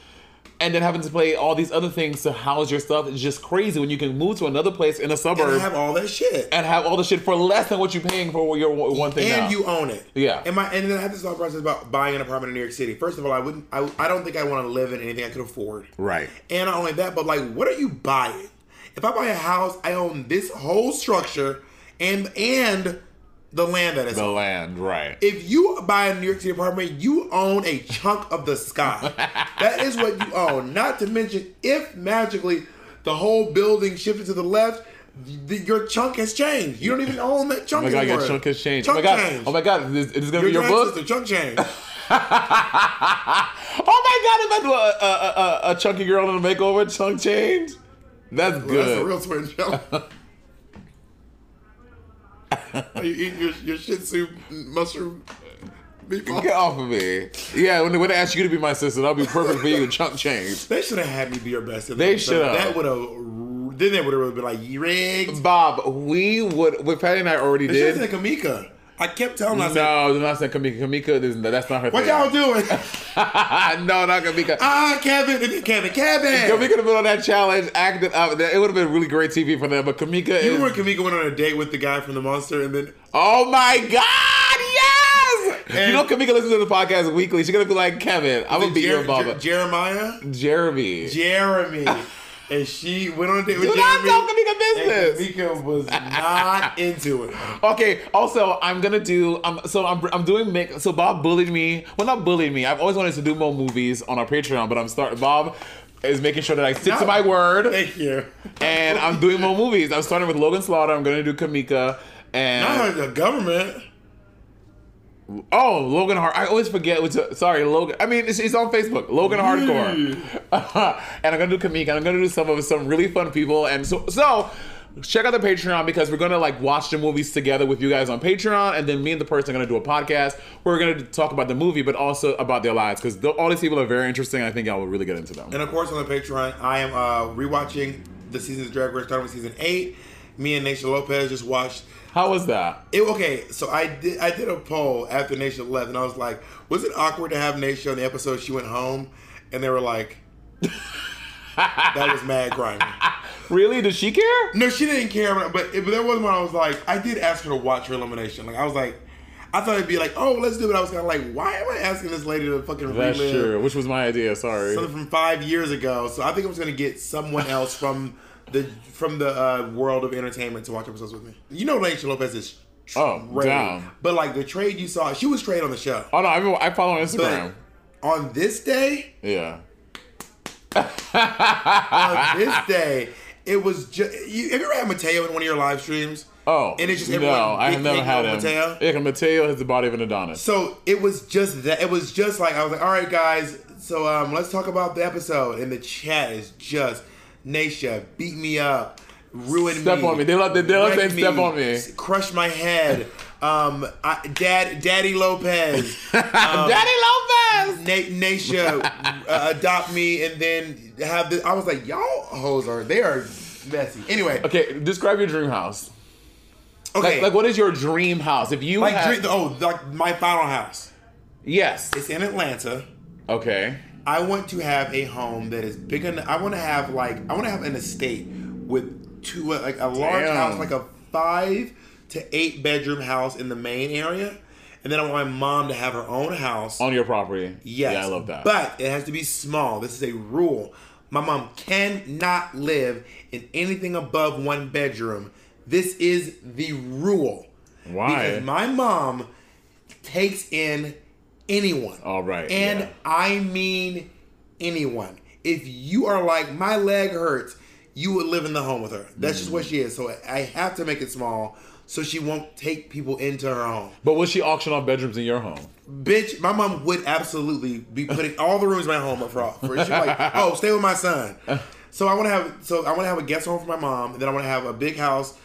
and then having to pay all these other things to house your stuff is just crazy when you can move to another place in a And I suburb have all that shit. and have all the shit for less than what you're paying for your one one thing now. And you own it. Yeah. And my and then I have this thought process about buying an apartment in New York City. First of all, I wouldn't I, I don't think I want to live in anything I could afford. Right. And not only that, but like, what are you buying? If I buy a house, I own this whole structure and and the land that it's The on. land, right. If you buy a New York City apartment, you own a chunk of the [laughs] sky. that is what you own. Not to mention, if magically the whole building shifted to the left, the, your chunk has changed. You don't even own that oh chunk my god, anymore. your chunk has changed. Chunk oh my god. changed. Oh my god, is, is this gonna Your, be your book? ancestor chunk change. oh my god, if I do a, a, a, a chunky girl in a makeover, chunk change? That's Well, that's a good. real twin chunk. [laughs] Are you eating your, your Shih Tzu mushroom meatball? Get off of me. Yeah, when they, when they ask you to be my sister, that'll be perfect for you. Chunk change. They should have had me be your best. They should've. That would have. Then they would have really been like, "You rigged." Bob, we would, what Patty and I already They should have did. said Kamika. I kept telling No, myself, no. they're not saying Kamika. Kamika, isn't, that's not her "What thing. y'all doing?" [laughs] [laughs] no, not Kamika. ah, Kevin, and then Kevin, Kevin. Kamika would have been on that challenge, acted up. That- It would have been really great TV for them. But Kamika You is. remember Kamika went on a date with the guy from the monster, and then oh my God, yes! And- you know, Kamika listens to the podcast weekly. She's going to be like, Kevin, I'm going to be Jer- your Baba. Jer- Jeremiah, Jeremy. [laughs] Jeremy, and she went on a date with Do not Jeremy. tell Kamika business. and Kamika was not into it. Okay. Also, I'm gonna do. Um, so I'm, I'm doing make. So Bob bullied me. Well, not bullied me. I've always wanted to do more movies on our Patreon, but I'm starting. Bob is making sure that I stick to No. my word, Thank you. and I'm doing more movies. I'm starting with Logan Slaughter. I'm gonna do Kamika. Not And the government. oh, Logan Hard. I always forget. Which, sorry, Logan. I mean, it's, it's on Facebook. Logan Hardcore. [laughs] and I'm gonna do Kamika. And I'm gonna do some of some really fun people. And so, so check out the Patreon because we're gonna like watch the movies together with you guys on Patreon, and then me and the person are gonna do a podcast. Where we're gonna talk about the movie, but also about their lives because all these people are very interesting. And I think y'all will really get into them. And of course, on the Patreon, I am uh, rewatching the season's Drag Race, starting with season eight. Me and Nation Lopez just watched How was that? It, okay, so I did I did a poll after Nation left, and I was like, was it awkward to have Nation on the episode she went home? And they were like, that was mad grimy. Really? Did she care? No, she didn't care, but, but it- but there was one I was like, I did ask her to watch her elimination. Like I was like, I thought it'd be like, oh, let's do it. I was kind of like, why am I asking this lady to fucking That's relive true. Which was my idea. Sorry. something from five years ago? So I think I was gonna get [laughs] someone else from the from the uh, world of entertainment to watch episodes with me. You know, Nation Lopez is. Oh, trade. down. But like the trade you saw, she was trade on the show. Oh no! I, remember, I follow her on Instagram. But on this day, yeah. [laughs] on this day, it was just. You, have you ever had Mateo in one of your live streams? Oh, and it's just everyone no, I have dick never hanging had on him. Mateo? Yeah, 'cause Mateo has the body of an Adonis. So it was just that. It was just like I was like, all right, guys. So um, let's talk about the episode. And the chat is just Nasha beat me up, ruined Step me, on me. They love- they- they love wrecked saying step on me. s- crushed my head. Um, I, Dad, Daddy [laughs] Lopez, Um, Daddy Lopez. Na- Nasha uh, adopt me, and then have the. I was like, y'all hoes are they are messy. Anyway, okay, Okay, describe your dream house. Like, like what is your dream house? If you Like, had- dream- oh, like my final house. yes, It's in Atlanta. okay, I want to have a home that is big enough. I want to have like I want to have an estate with two like a large Damn. house, like a five to eight bedroom house in the main area, and then I want my mom to have her own house. on your property. Yes, Oh, yeah, I love that. But it has to be small. This is a rule. My mom cannot live in anything above one bedroom. This is the rule. Why? Because my mom takes in anyone. All right, And yeah. I mean anyone. If you are like, my leg hurts, you would live in the home with her. That's just Mm. what she is. So I have to make it small so she won't take people into her home. but will she auction off bedrooms in your home? Bitch, my mom would absolutely be putting all the rooms in my home up for all. For, she'd be [laughs] like, oh, stay with my son. So I want to have, so I want to have a guest home for my mom, and then I want to have a big house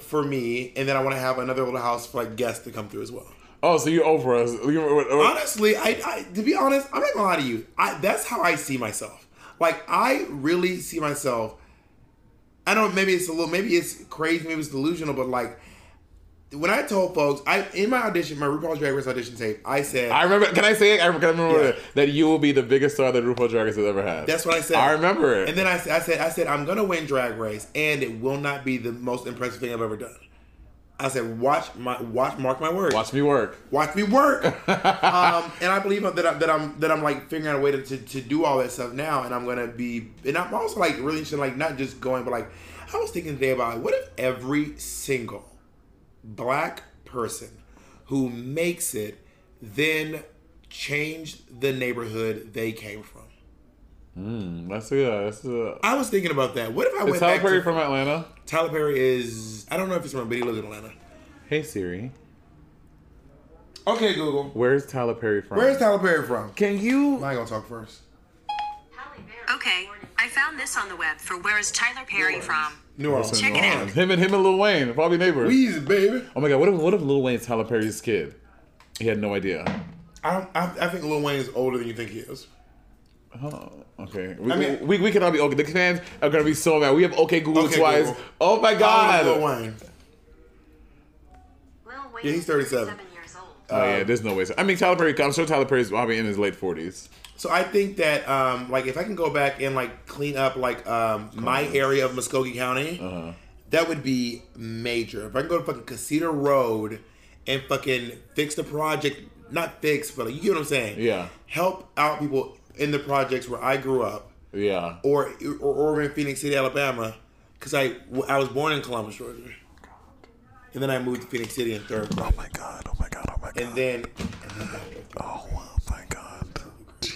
for me, and then I want to have another little house for like guests to come through as well. Oh, so you're over us? You- or- or- Honestly, I, I to be honest, I'm not gonna lie to you. I, that's how I see myself. Like I really see myself. I don't. Maybe it's a little. Maybe it's crazy. Maybe it's delusional. But like when I told folks, I in my audition, my RuPaul's Drag Race audition tape, I said, I remember. Can I say it? I can I remember Yeah. it? that you will be the biggest star that RuPaul Drag Race has ever had. That's what I said. I remember it. And then I, said- I said, I said, I'm gonna win Drag Race, and it will not be the most impressive thing I've ever done. I said, watch my watch, mark my words, watch, watch me work. me work. um, [laughs] and I believe that I'm that I'm that I'm like figuring out a way to, to, to do all that stuff now, and I'm gonna be, and I'm also like really interested, in, like not just going, but like I was thinking today about like, what if every single black person who makes it then change the neighborhood they came from. Mm, That's yeah. That's uh, I was thinking about that. What if I it's went Tyler back Perry to from Atlanta. Tyler Perry is I don't know if it's from, but he lives in Atlanta. Hey Siri, Okay, Google. where's Tyler Perry from? Where's Tyler Perry from? Can you? I gonna talk first. Okay, I found this on the web for Where is Tyler Perry from? New Orleans. Check it out. Him and him and Lil Wayne, probably neighbors. Weezy, baby. oh my god, what if what if Lil Wayne's Tyler Perry's kid? He had no idea. I don't I, I think Lil Wayne is older than you think he is. Oh, okay. We, I mean- we, we cannot be okay. The fans are gonna be so mad. We have okay Google Okay, twice. Google. Oh my How god. old is Lil Wayne. Yeah, he's 37. years old. Oh Uh, yeah, there's no way. I mean, Tyler Perry. I'm sure Tyler Perry's probably in his late 40s. So I think that um, like if I can go back and like clean up like um, my area of Muskogee County, Uh-huh. that would be major. If I can go to fucking Casita Road and fucking fix the project, not fix, but like, you get what I'm saying? Yeah. Help out people in the projects where I grew up, Yeah. Oh or or, or in Phoenix City, Alabama, because I I was born in Columbus, Georgia, and then I moved to Phoenix City in third grade. my god, oh my god, oh my god. and then Oh my god.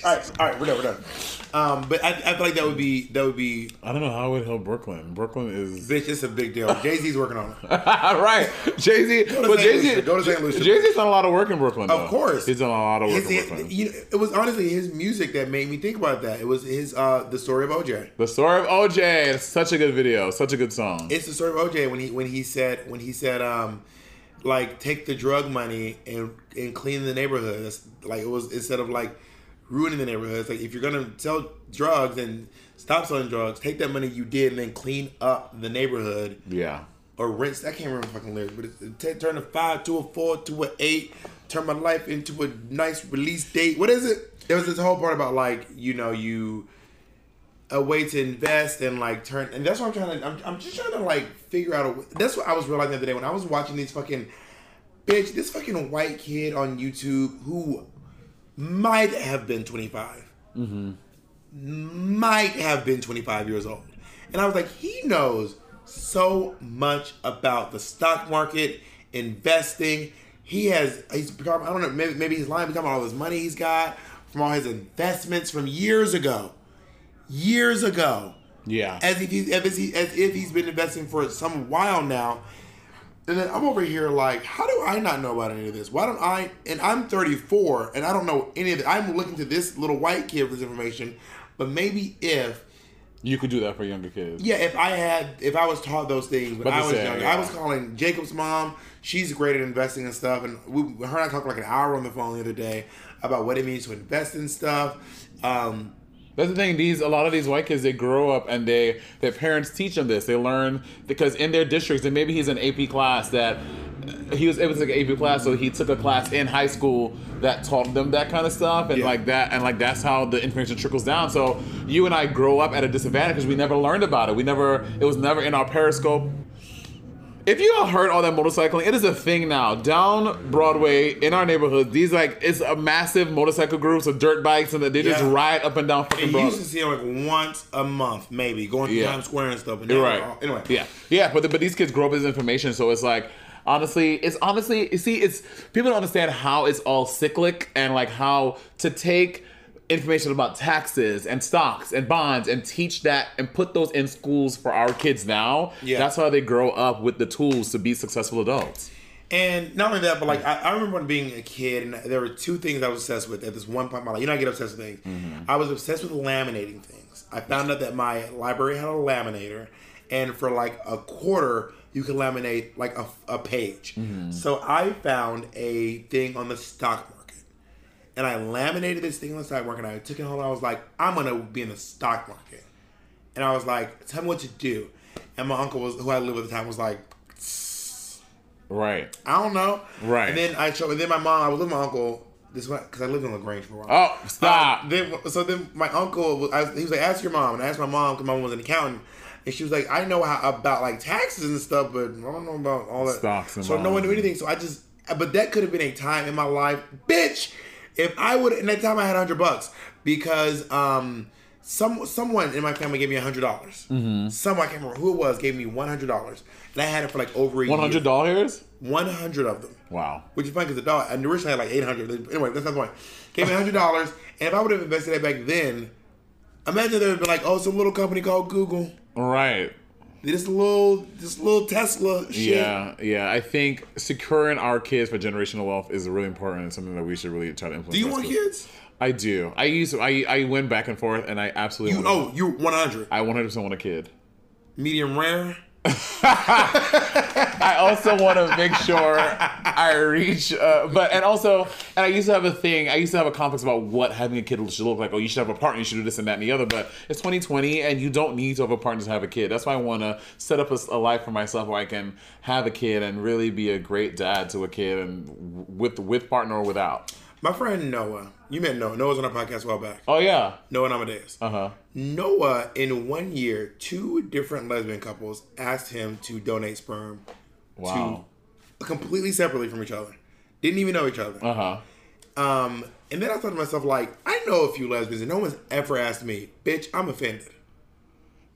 all right, all right, we're done, we're done. Um, but I, I feel like that would be that would be I don't know how it would help Brooklyn. Brooklyn [laughs] is [laughs] Bitch, it's a big deal. Jay Z's working on it. right. Jay Z. to Saint But Jay Z. Lucia. Go to Saint Lucia. Jay Z's done a lot of work in Brooklyn. Though. Of course, he's done a lot of work His- in Brooklyn. you know, it was honestly his music that made me think about that. It was his uh, the story of OJ. the story of OJ. It's such a good video. Such a good song. It's the story of OJ when he when he said when he said um like take the drug money and and clean the neighborhood. That's like it was instead of like ruining the neighborhood. It's like if you're gonna sell drugs and stop selling drugs, take that money you did and then clean up the neighborhood yeah. or rinse. I can't remember the fucking lyrics, but it's it t- turn a five to a four to a eight. Turn my life into a nice release date. What is it? There was this whole part about like you know you a way to invest and like turn and that's what I'm trying to. I'm, I'm just trying to like figure out. A, w- that's what I was realizing the other day when I was watching these fucking bitch. This fucking white kid on YouTube who might have been 25 might have been 25 years old. And I was like, he knows so much about the stock market, investing. He has, he's become, I don't know, maybe, maybe he's lying, become all his money he's got from all his investments from years ago. Years ago. Yeah. As if he's, as he, as if he's been investing for some while now. And then I'm over here like, how do I not know about any of this? Why don't I? And I'm 34 and I don't know any of it. I'm looking to this little white kid for this information. But maybe if, you could do that for younger kids. yeah, if I had, if I was taught those things when About to I was say, younger, yeah. I was calling Jacob's mom. She's great at investing and stuff. And we, her and I talked like an hour on the phone the other day about what it means to invest in stuff. Um, That's the thing. These a lot of these white kids they grow up and they their parents teach them this. They learn because in their districts and maybe he's an AP class that uh, he was able to take an AP class, so he took a class in high school that taught them that kind of stuff and Yeah. like that and like that's how the information trickles down. So you and I grow up at a disadvantage because we never learned about it. We never it was never in our Periscope. If you all heard all that motorcycling, it is a thing now. Down Broadway in our neighborhood, these like it's a massive motorcycle groups of dirt bikes and they just Yeah. ride up and down fucking and you Broadway. used to see her like once a month, maybe going to Yeah. Times Square and stuff. And You're now- right. Anyway, yeah, yeah, but the, but these kids grow up with this information, so it's like honestly, it's honestly, you see, it's people don't understand how it's all cyclic and like how to take information about taxes and stocks and bonds and teach that and put those in schools for our kids now. Yeah. that's how they grow up with the tools to be successful adults. And not only that, but like I, I remember when being a kid, and there were two things I was obsessed with at this one point in my life. You know, I get obsessed with things. I was obsessed with laminating things. I found out that my library had a laminator, and for like a quarter, you could laminate like a, a page. So I found a thing on the stock market, and I laminated this thing on the stock market. And I took it home. And I was like, I'm gonna be in the stock market. And I was like, tell me what to do. And my uncle was, who I lived with at the time, was like, Right. I don't know. Right. And then I showed, and then my mom, I was with my uncle. This one, because I lived in Lagrange for a while. Oh, stop. Um, then, so then my uncle, was, I was, he was like, ask your mom. And I asked my mom, because my mom was an accountant. And she was like, I know how, about like taxes and stuff, but I don't know about all that. Stocks and So no one knew bonds. anything. So I just, but that could have been a time in my life, bitch, if I would, and that time I had 100 bucks because, um, Some someone in my family gave me hundred dollars. Mm-hmm. Someone I can't remember who it was gave me one hundred dollars, and I had it for like over a One hundred dollars? One hundred of them. Wow. Which is funny because the dog, and originally I had like 800. Anyway, that's not the point. Gave me $100. And if I would have invested that back then, imagine there would have been like, oh, some little company called Google. Right. This little, this little Tesla shit. Yeah, yeah. I think securing our kids for generational wealth is really important and something that we should really try to implement. Do you for our want schools. kids? I do. I used to, I I went back and forth and I absolutely You, want oh, you 100. I 100% want a kid. Medium rare. I also want to make sure I reach, uh, but and also, and I used to have a thing. I used to have a complex about what having a kid should look like. Oh, you should have a partner. You should do this and that and the other. But it's 2020, and you don't need to have a partner to have a kid. That's why I want to set up a, s- a life for myself where I can have a kid and really be a great dad to a kid, and w- with with partner or without. My friend Noah. You met Noah. Noah's on our podcast a while back. Oh yeah, Noah and Amadeus. uh huh. Noah, in one year, two different lesbian couples asked him to donate sperm Wow. to completely separately from each other. Didn't even know each other. Uh huh. Um, and then I thought to myself, like, I know a few lesbians, and no one's ever asked me, bitch, I'm offended.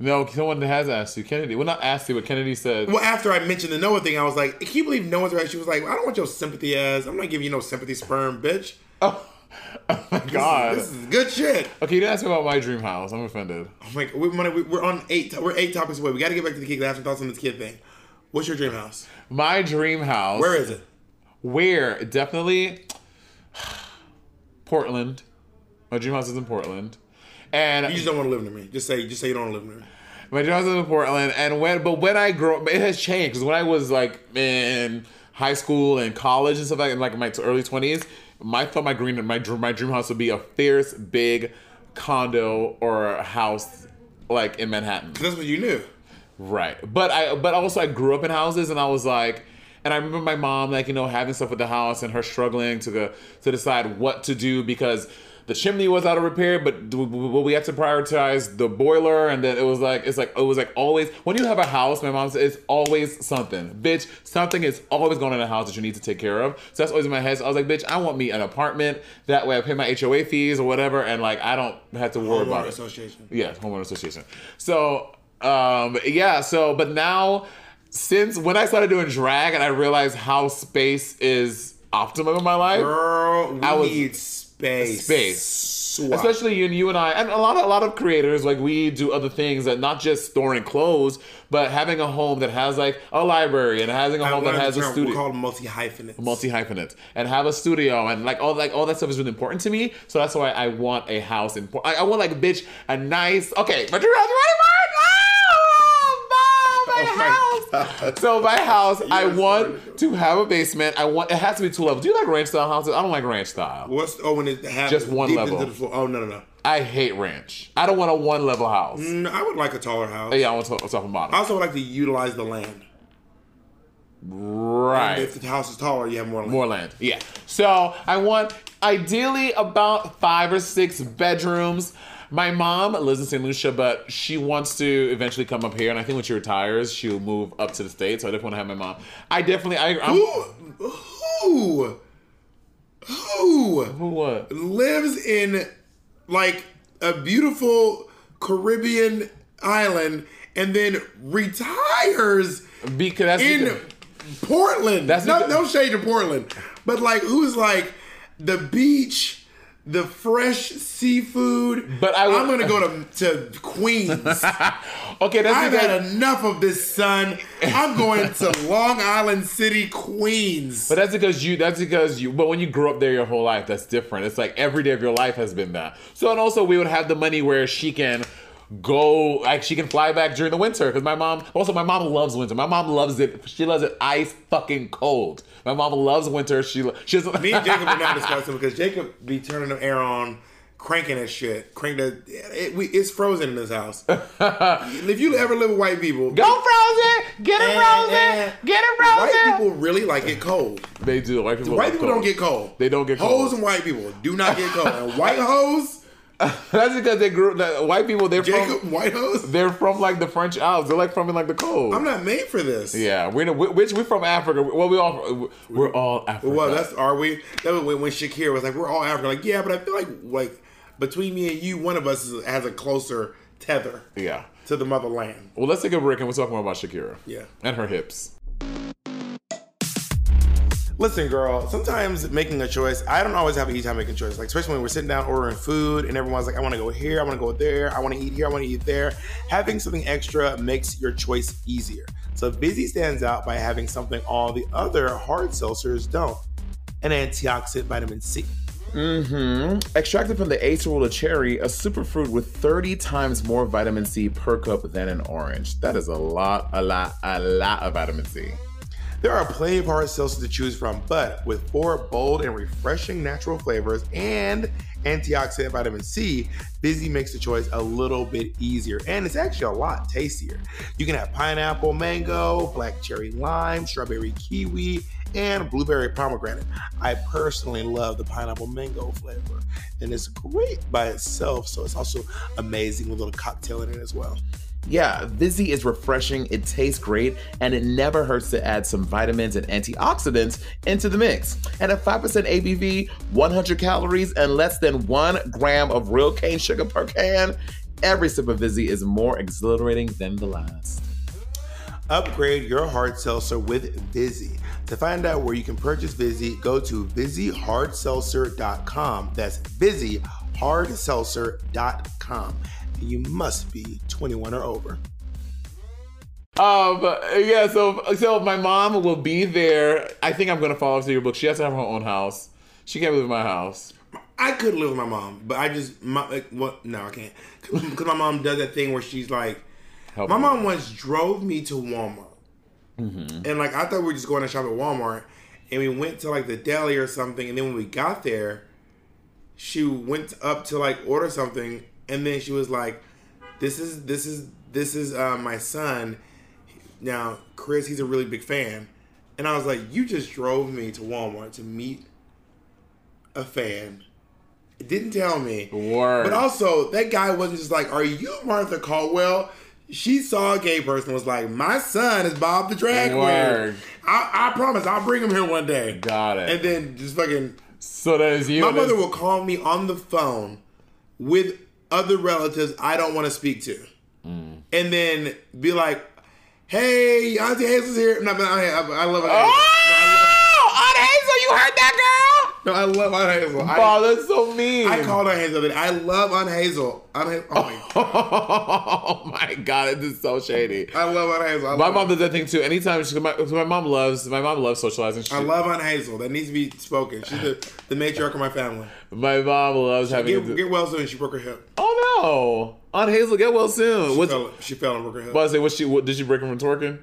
No, someone has asked you, Kennedy. Well, not asked you, but Kennedy said. Well, after I mentioned the Noah thing, I was like, can you believe no one's ever asked? She was like, I don't want your sympathy ass. I'm not giving you no sympathy sperm, bitch. Oh, oh my God. This is good shit. Okay, you didn't ask me about my dream house. I'm offended. I'm like, we, money, we, we're on eight. We're eight topics away. We got to get back to the kid. 'cause I have some thoughts on this kid thing. What's your dream house? My dream house. Where is it? Where? Definitely [sighs] Portland. My dream house is in Portland. And You just don't want to live near me. Just say, just say you don't want to live near me. my dream house is in Portland. And when, but when I grow up, it has changed. 'Cause when I was like in high school and college and stuff like, like in my early 20s, my thought my green, my, dr- my dream house would be a fierce, big condo or house like in Manhattan. 'Cause That's what you knew. Right. But I but also I grew up in houses and I was like and I remember my mom like you know having stuff with the house and her struggling to go, to decide what to do because the chimney was out of repair but d- w- w- we had to prioritize the boiler and then it was like it's like it was like always when you have a house my mom said it's always something bitch something is always going on in the house that you need to take care of so that's always in my head so I was like bitch I want me an apartment that way I pay my HOA fees or whatever and like I don't have to worry about Homeowner it association. yeah, homeowner association. So, um, yeah, so but now since when I started doing drag and I realized how space is optimum in my life, Girl, we I was- need space. Space. Swap. especially you and you and I, and a lot of a lot of creators like we do other things that not just storing clothes, but having a home that has like a library and having a I home that learned has the a term. studio. We're called multi hyphenates. multi hyphenate and have a studio and like all like all that stuff is really important to me. So that's why I want a house in. Por- I, I want like bitch a nice okay. But you're Oh, my Oh, my house. God. So my house, I are want to have a basement. I want it has to be two levels. Do you like ranch style houses? I don't like ranch style. What's oh when it happens? Just one deep level. Into the floor. Oh no no no. I hate ranch. I don't want a one level house. No, I would like a taller house. Oh, Yeah, I want to top and I bottom. also would like to utilize the land. Right. If the house is taller, you have more land. More land. Yeah. So I want ideally about five or six bedrooms. My mom lives in St. Lucia, but she wants to eventually come up here. And I think when she retires, she'll move up to the States. So I definitely want to have my mom. I definitely, I, I'm, Who who who who what? lives in like a beautiful Caribbean island and then retires Because that's in Portland? That's no because- no shade to Portland, but like who's like the beach. The fresh seafood. But I would- I'm gonna go to to [laughs] Queens. okay. That's I've because- had enough of this sun. I'm going to Long Island City, Queens. But that's because you. That's because you. But when you grew up there your whole life, that's different. It's like every day of your life has been that. So and also we would have the money where she can go like she can fly back during the winter because my mom also my mom loves winter my mom loves it she loves it ice fucking cold my mom loves winter she lo- she doesn't Me and Jacob are not discussing because Jacob be turning the air on, cranking that shit. Crank that. It, we, it's frozen in this [laughs] house. if you ever live with white people, [laughs] go frozen get it eh, eh, frozen get it White frozen people really like it cold. they do white people White love people cold. don't get cold. They don't get cold. Hoes and white people do not get cold. And white hoes, that's because they grew the white people they're Jacob, from white hoes. they're from like the French Alps they're like from like the cold I'm not made for this. Yeah, we're in a, we- which we're from Africa. Well, we all we're all Africa. Well, that's are we? That was when, when Shakira was like, "We're all African." Like, yeah, but I feel like like between me and you, one of us is, has a closer tether Yeah. to the motherland. Well, let's take a break and we'll talk more about Shakira. Yeah. And her hips. Listen, girl, sometimes making a choice, I don't always have an easy time making choice. Like, especially when we're sitting down ordering food and everyone's like, I wanna go here, I wanna go there, I wanna eat here, I wanna eat there. Having something extra makes your choice easier. So, Busy stands out by having something all the other hard seltzers don't an antioxidant vitamin C. Mm-hmm. Extracted from the acerola cherry, a superfruit with 30 times more vitamin C per cup than an orange. That is a lot, a lot, a lot of vitamin C. There are plenty of hard seltzers to choose from, but with four bold and refreshing natural flavors and antioxidant vitamin C, Busy makes the choice a little bit easier. And it's actually a lot tastier. You can have pineapple, mango, black cherry lime, strawberry kiwi, and blueberry pomegranate. I personally love the pineapple mango flavor, and it's great by itself. So it's also amazing with a little cocktail in it as well. Yeah, Vizzy is refreshing, it tastes great, and it never hurts to add some vitamins and antioxidants into the mix. And at 5% ABV, 100 calories, and less than one gram of real cane sugar per can, every sip of Vizzy is more exhilarating than the last. Upgrade your hard seltzer with Vizzy. To find out where you can purchase Vizzy, go to VizzyHardSeltzer.com. That's VizzyHardSeltzer.com. And you must be 21 or over. Um, yeah, so so my mom will be there. I think I'm gonna follow up to your book. She has to have her own house. She can't live in my house. I could live with my mom, but I just, my, like, what? No, I can't. Because my mom does that thing where she's like, Help my me. Mm-hmm. mom once drove me to Walmart. And like, I thought we were just going to shop at Walmart. And we went to like the deli or something. And then when we got there, she went up to like order something. And then she was like, this is, this is, this is uh, my son. Now, Chris, he's a really big fan. And I was like, you just drove me to Walmart to meet a fan. It didn't tell me. Word. But also, that guy wasn't just like, "Are you Martha Caldwell?" She saw a gay person and was like, "My son is Bob the drag Word. queen. I, I promise, I'll bring him here one day." Got it. And then just fucking, so that is you. my and that's- mother will call me on the phone with other relatives I don't want to speak to, Mm. and then be like, "Hey, Auntie Hazel's here." No, but I, I, I love Aunt Hazel. Ah! Oh, Aunt Hazel, you heard that girl? No, I love Aunt Hazel. I, Oh, that's so mean. I called Aunt Hazel. I love Aunt Hazel. Aunt Hazel. Oh my God. [laughs] oh my god, this is so shady. I love Aunt Hazel. I My love- mom does that thing too. Anytime she, my, my mom loves my mom loves socializing. She, I love Aunt Hazel. That needs to be spoken. She's the, the matriarch of my [laughs] family. my mom loves having. Get, get well soon. She broke her hip. oh no, Aunt Hazel, get well soon. She What's, fell, she fell and broke her hip. but I say, what she what, did she break him from twerking?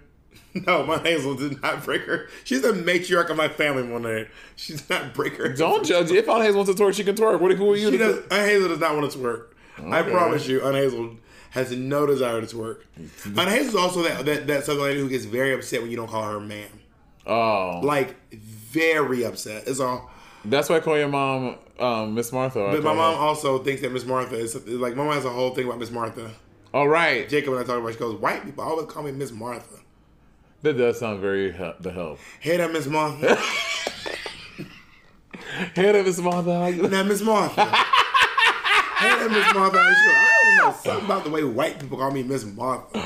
[laughs] no, my Hazel did not break her. She's the matriarch of my family. One day, she did not break her. hip. Don't judge. If Aunt Hazel wants to twerk, she can twerk. What who are you? She to- does, Aunt Hazel does not want to twerk. I promise you, Aunt Hazel has no desire to [laughs] twerk. Aunt Hazel's also that, that that southern lady who gets very upset when you don't call her ma'am. oh, Like very upset. It's all. that's why I call your mom um, Miss Martha. I But my call mom her- also thinks that Miss Martha is like my mom has a whole thing about Miss Martha. All right, Jacob and I talk about. it, She goes, "White people always call me Miss Martha." that does sound very he- the help. Hey, that Miss Martha. Hey, there, Miss Martha. now Miss [laughs] Martha. hey, that Miss Martha. And she goes, I don't know something about the way white people call me Miss Martha.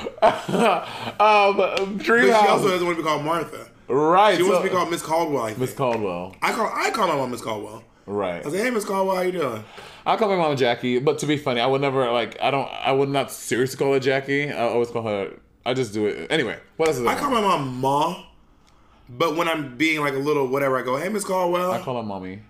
um, But Dream she House. also doesn't want to be called Martha. right. She wants so- to be called Miss Caldwell. I, think. Miss Caldwell. I call I call my mom Miss Caldwell. Right. I say, "Hey, Miss Caldwell, how you doing?" I call my mom Jackie, but to be funny, I would never like. I don't. I would not seriously call her Jackie. I always call her. I just do it anyway. What else is I call my mom Ma, but when I'm being like a little whatever, I go, "Hey, Miss Caldwell." I call her mommy.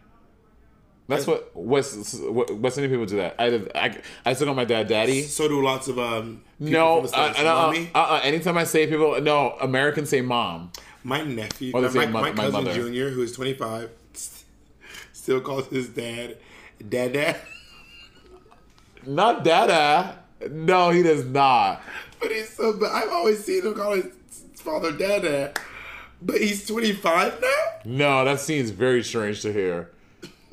That's what West what- West Indian people do. That I I, I still call my dad daddy. so do lots of um. people No, from the uh, States. and, uh, Mommy? uh, uh, anytime I say people, no, Americans say mom. My nephew, Or my, the my, same mo- my my cousin mother. Junior, who is 25, st- [laughs] still calls his dad Dad Dad. Not dada. No, he does not. [laughs] But he's so. But I've always seen him call his father Dad Dad. But he's 25 now. No, that seems very strange to hear.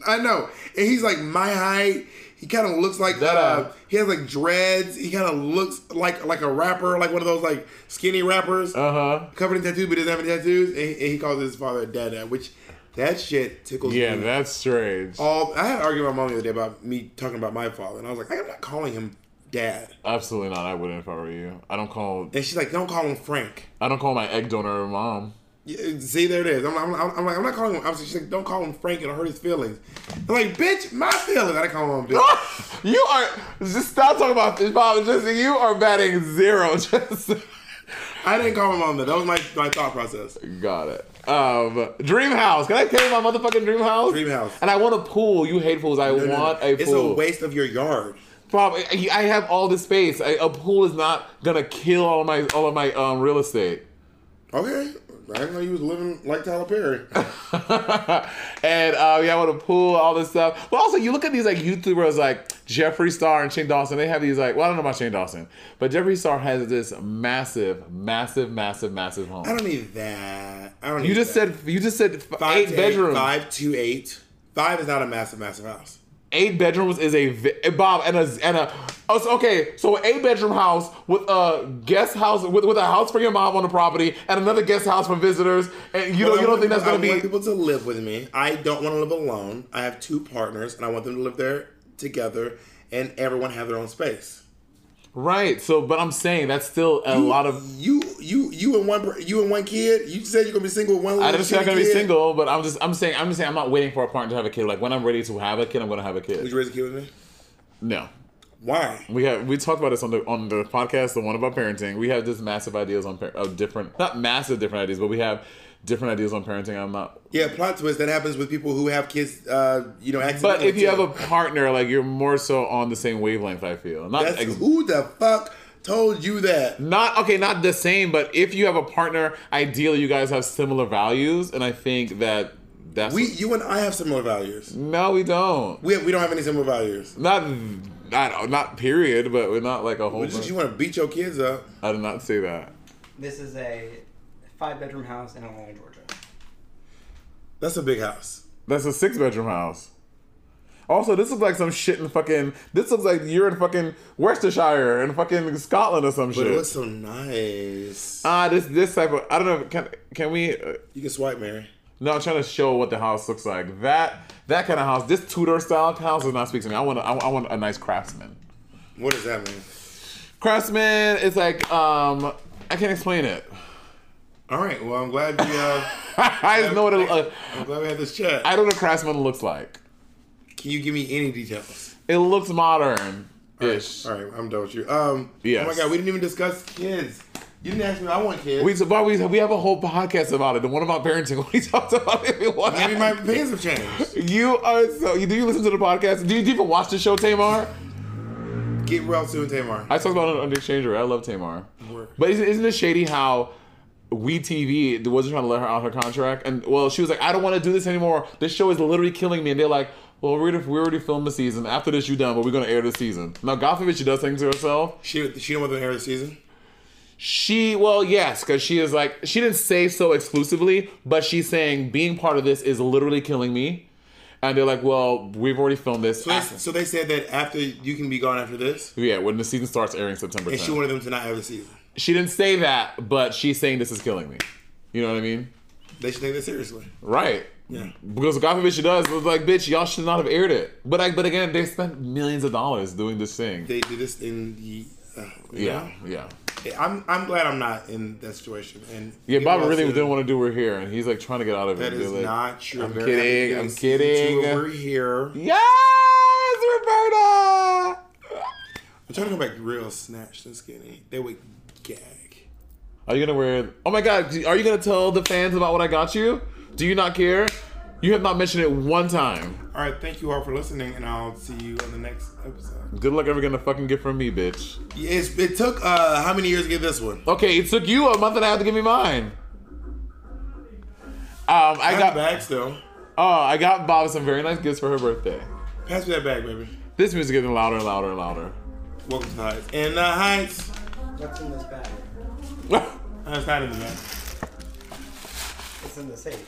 I know, and he's like my height. He kind of looks like Dada. uh, he has like dreads. He kind of looks like like a rapper, like one of those like skinny rappers, Uh huh. covered in tattoos but doesn't have any tattoos. And, and he calls his father Dad Dad, which That shit tickles Yeah, me. that's strange. all I had an argument with my mom the other day about me talking about my father, and I was like, I'm not calling him dad. Absolutely not. I wouldn't if I were you. I don't call. And she's like, don't call him Frank. I don't call my egg donor mom. [laughs] Yeah, See, there it is. I'm, I'm, I'm like, I'm not calling him. I'm, she's like, don't call him Frank. It'll hurt his feelings. I'm like, bitch, my feelings. I didn't call him [laughs] bitch. you are just stop talking about fish Bob. Just you are batting zero. [laughs] Just I didn't call my mom that. That was my, my thought process. got it. Um, dream house. Can I tell you my motherfucking dream house? Dream house. And I want a pool. You hate pools. I No, no, no. want a it's pool. a waste of your yard. Bob, I I have all this space. I, a pool is not gonna kill all of my all of my um, real estate. Okay. I didn't know you was living like Tyler Perry. [laughs] and uh, yeah, I want to pool all this stuff. But also, you look at these like YouTubers like Jeffree Star and Shane Dawson. They have these like, well, I don't know about Shane Dawson, but Jeffree Star has this massive, massive, massive, massive home. I don't need that. I don't. you need just that. said you just said f- five eight to bedrooms. Eight, five to eight. Five is not a massive, massive house. eight bedrooms is a vi- Bob and a and a oh, so- okay. So an eight bedroom house with a guest house with, with a house for your mom on the property and another guest house for visitors. And you But don't I you don't want think that's people- gonna I want be people to live with me. I don't want to live alone. I have two partners, and I want them to live there together, and everyone have their own space. right? So, but I'm saying that's still a lot of you, you, you and one, per- you and one kid. You said you're gonna be single with one. I little just said I'm gonna be kid. single, but I'm just I'm saying I'm just saying I'm not waiting for a partner to have a kid. Like when I'm ready to have a kid, I'm gonna have a Would kid. you raise a kid with me? No. Why? We have we talked about this on the on the podcast, the one about parenting. We have just massive ideas on par- of different not massive different ideas, but we have different ideas on parenting. I'm not Yeah, plot twist that happens with people who have kids. Uh, you know, But accidentally if you have a too. partner, like you're more so on the same wavelength, I feel. Not That's, ex- who the fuck told you that? not okay, not the same, but if you have a partner, ideally you guys have similar values, and I think that that's We, you and I have similar values. no, we don't. We have, we don't have any similar values. not not not period, but we're not like a whole. Well, just bunch- you want to beat your kids up. I did not say that. This is a five bedroom house in Atlanta, Georgia. That's a big house. That's a six bedroom house. Also, this looks like some shit in fucking. This looks like you're in fucking Worcestershire in fucking Scotland or some But it shit. looks so nice. Ah, this this type of. I don't know. Can can we? Uh, You can swipe, Mary. no, I'm trying to show what the house looks like. That that kind of house. This Tudor style house does not speak to me. I want a, I, I want a nice craftsman. What does that mean? Craftsman is like um. I can't explain it. [laughs] All right. Well, I'm glad we uh, I just know what it. Uh, I'm glad we had this chat. I don't know what a craftsman looks like. can you give me any details? It looks modern ish. All right. I'm done with you. Um. Yes. Oh my god, we didn't even discuss kids. You didn't ask me. if I want kids. We, but we, we have a whole podcast about it. The one about parenting. [laughs] We talked about it. If you want. Maybe my opinions have [laughs] changed. You are so. Do you listen to the podcast? Do you, do you even watch the show, Tamar? Get well soon, Tamar. I talked about it on the exchanger. I love Tamar. Word. But isn't, isn't it shady how we TV wasn't trying to let her out her contract? And well, she was like, I don't want to do this anymore. This show is literally killing me. And they're like, Well, we're gonna, we already filmed the season. After this, you done. But we're gonna air the season. Now, God forbid she does things to herself. she she don't want to air the season. She, well, yes, because she is like, she didn't say so exclusively, but she's saying being part of this is literally killing me. And they're like, well, we've already filmed this. So they, so they said that after you can be gone after this, yeah, when the season starts airing September and 10th. she wanted them to not have the season. she didn't say that, but she's saying this is killing me. You know what I mean? They should take that seriously. Right. Yeah. Because God forbid she does, it was like, bitch, y'all should not have aired it. But I, but again, they spent millions of dollars doing this thing. They did this in the. Uh, you yeah, know? yeah. I'm I'm glad I'm not in that situation. And Yeah, get Bob well really soon. didn't want to do her here, and he's like trying to get out of it. That They're is like, not true. I'm Very happy kidding, to get I'm season two kidding. Over here, I'm Yes, Roberta. trying to go back real snatched and skinny. They would gag. Are you gonna wear? Oh my God, do- are you gonna tell the fans about what I got you? Do you not care? You have not mentioned it one time. All right, thank you all for listening, and I'll see you on the next episode. Good luck ever getting a fucking gift from me, bitch. Yeah, It's, it took uh, how many years to get this one? Okay, it took you a month and a half to give me mine. Um, I I got got back still. oh, I got Bob some very nice gifts for her birthday. Pass me that bag, baby. This music's getting louder and louder and louder. [laughs] Welcome to the heights. And the heights. What's in this bag? Uh, It's not in the bag. It's in the safe.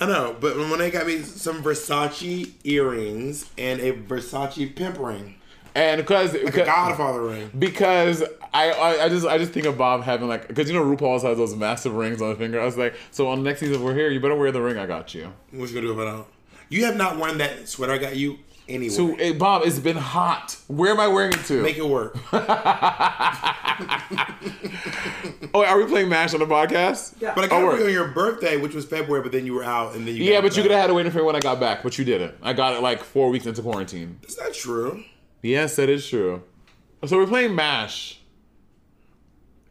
I know, but when they got me some Versace earrings and a Versace pimp ring. and because The Godfather ring. because I, I I just I just think of Bob having like because you know RuPaul's has those massive rings on the finger. I was like, so on the next season if we're here, you better wear the ring I got you. What you gonna do about it? You have not worn that sweater I got you anywhere. So hey, Bob, it's been hot. Where am I wearing it to? Make it work. oh, are we playing Mash on the podcast? Yeah. But I got Oh, it work. on your birthday, which was February, but then you were out, and then you. Yeah, got but you back. could have had to wait for when I got back, but you didn't. I got it like four weeks into quarantine. That's not true. Yes, that is true. So we're playing Mash.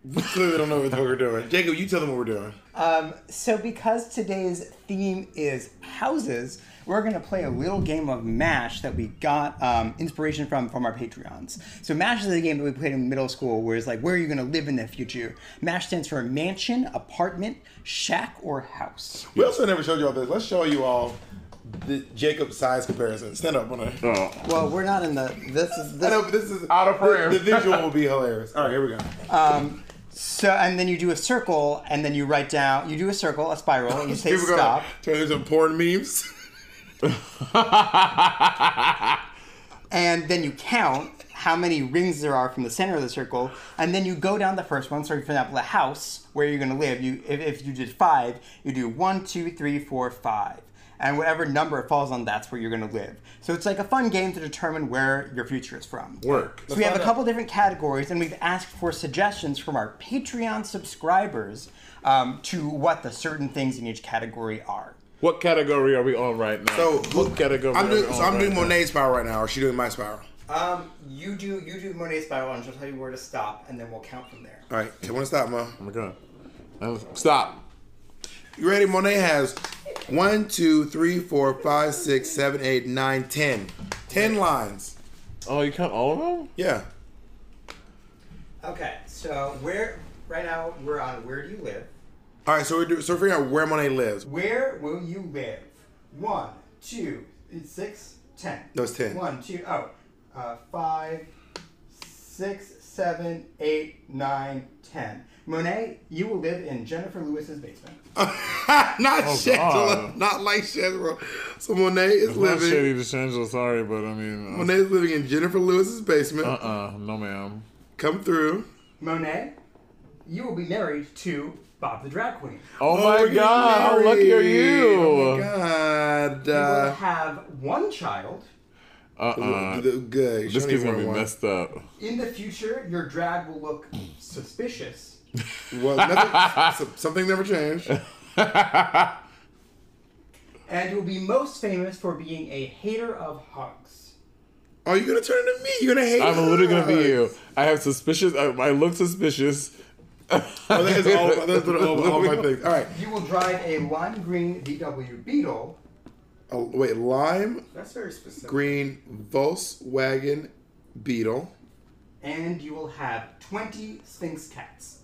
[laughs] Clearly, don't know what the fuck we're doing. Jacob, you tell them what we're doing. Um, so because today's theme is houses, we're going to play a little game of MASH that we got um, inspiration from from our Patreons. So MASH is a game that we played in middle school where it's like, where are you going to live in the future? MASH stands for mansion, apartment, shack, or house. We also never showed you all this. Let's show you all the Jacob size comparison. Stand up on it. Well, we're not in the, this is, I know, but this this, is Out of frame. The, the visual will be hilarious. All right, here we go. so, and then you do a circle and then you write down, you do a circle, a spiral, and you say Here we go. stop. Turn into some porn memes. and then you count how many rings there are from the center of the circle, and then you go down the first one. So, for example, a house where you're going to live. You, if, if you did five, you do one, two, three, four, five, and whatever number it falls on, that's where you're going to live. So it's like a fun game to determine where your future is from. Work. So we have a couple different categories, and we've asked for suggestions from our Patreon subscribers um, to what the certain things in each category are. What category are we on right now? So what category? I'm are doing, we on so I'm right doing now? Monet's spiral right now, or she doing my spiral. Um, you do you do Monet spiral, and she'll tell you where to stop, and then we'll count from there. All right, I want to stop, Mo. Oh my god. Oh, Stop. You ready? Monet has one, two, three, four, five, six, seven, eight, nine, ten. Ten lines. Oh, you count all of them? Yeah. Okay, so where right now we're on where do you live? All right, so we're do, so we're figuring out where Monet lives. [laughs] Where will you live? One, two, six, ten. No, it's 10. One, two, oh, uh, five, six, seven, eight, nine, ten. Monet, you will live in Jennifer Lewis's basement. not oh, God. not like Shangela. So Monet is Not living. shady DeSangelo, sorry, but I mean. Monet is living in Jennifer Lewis's basement. Uh uh, no ma'am. Come through. Monet, you will be married to Bob the drag queen. Oh, we're my getting god, how lucky are married. you? Oh my god. You will Uh, have one child. Uh uh the- good. This Shawnee's kid's gonna wearing be one. messed up. In the future, your drag will look suspicious. Well, [laughs] nothing, so- something never changed. and you'll be most famous for being a hater of hugs. Oh, you're gonna turn into me. You're gonna hate. I'm literally gonna be us. you. I have suspicious. I, I look suspicious. Oh, [laughs] that is [laughs] all, that's literally all, all my things. All right. You will drive a lime green VW Beetle. Oh, wait, lime That's very specific. green Volkswagen Beetle. And you will have 20 Sphinx cats.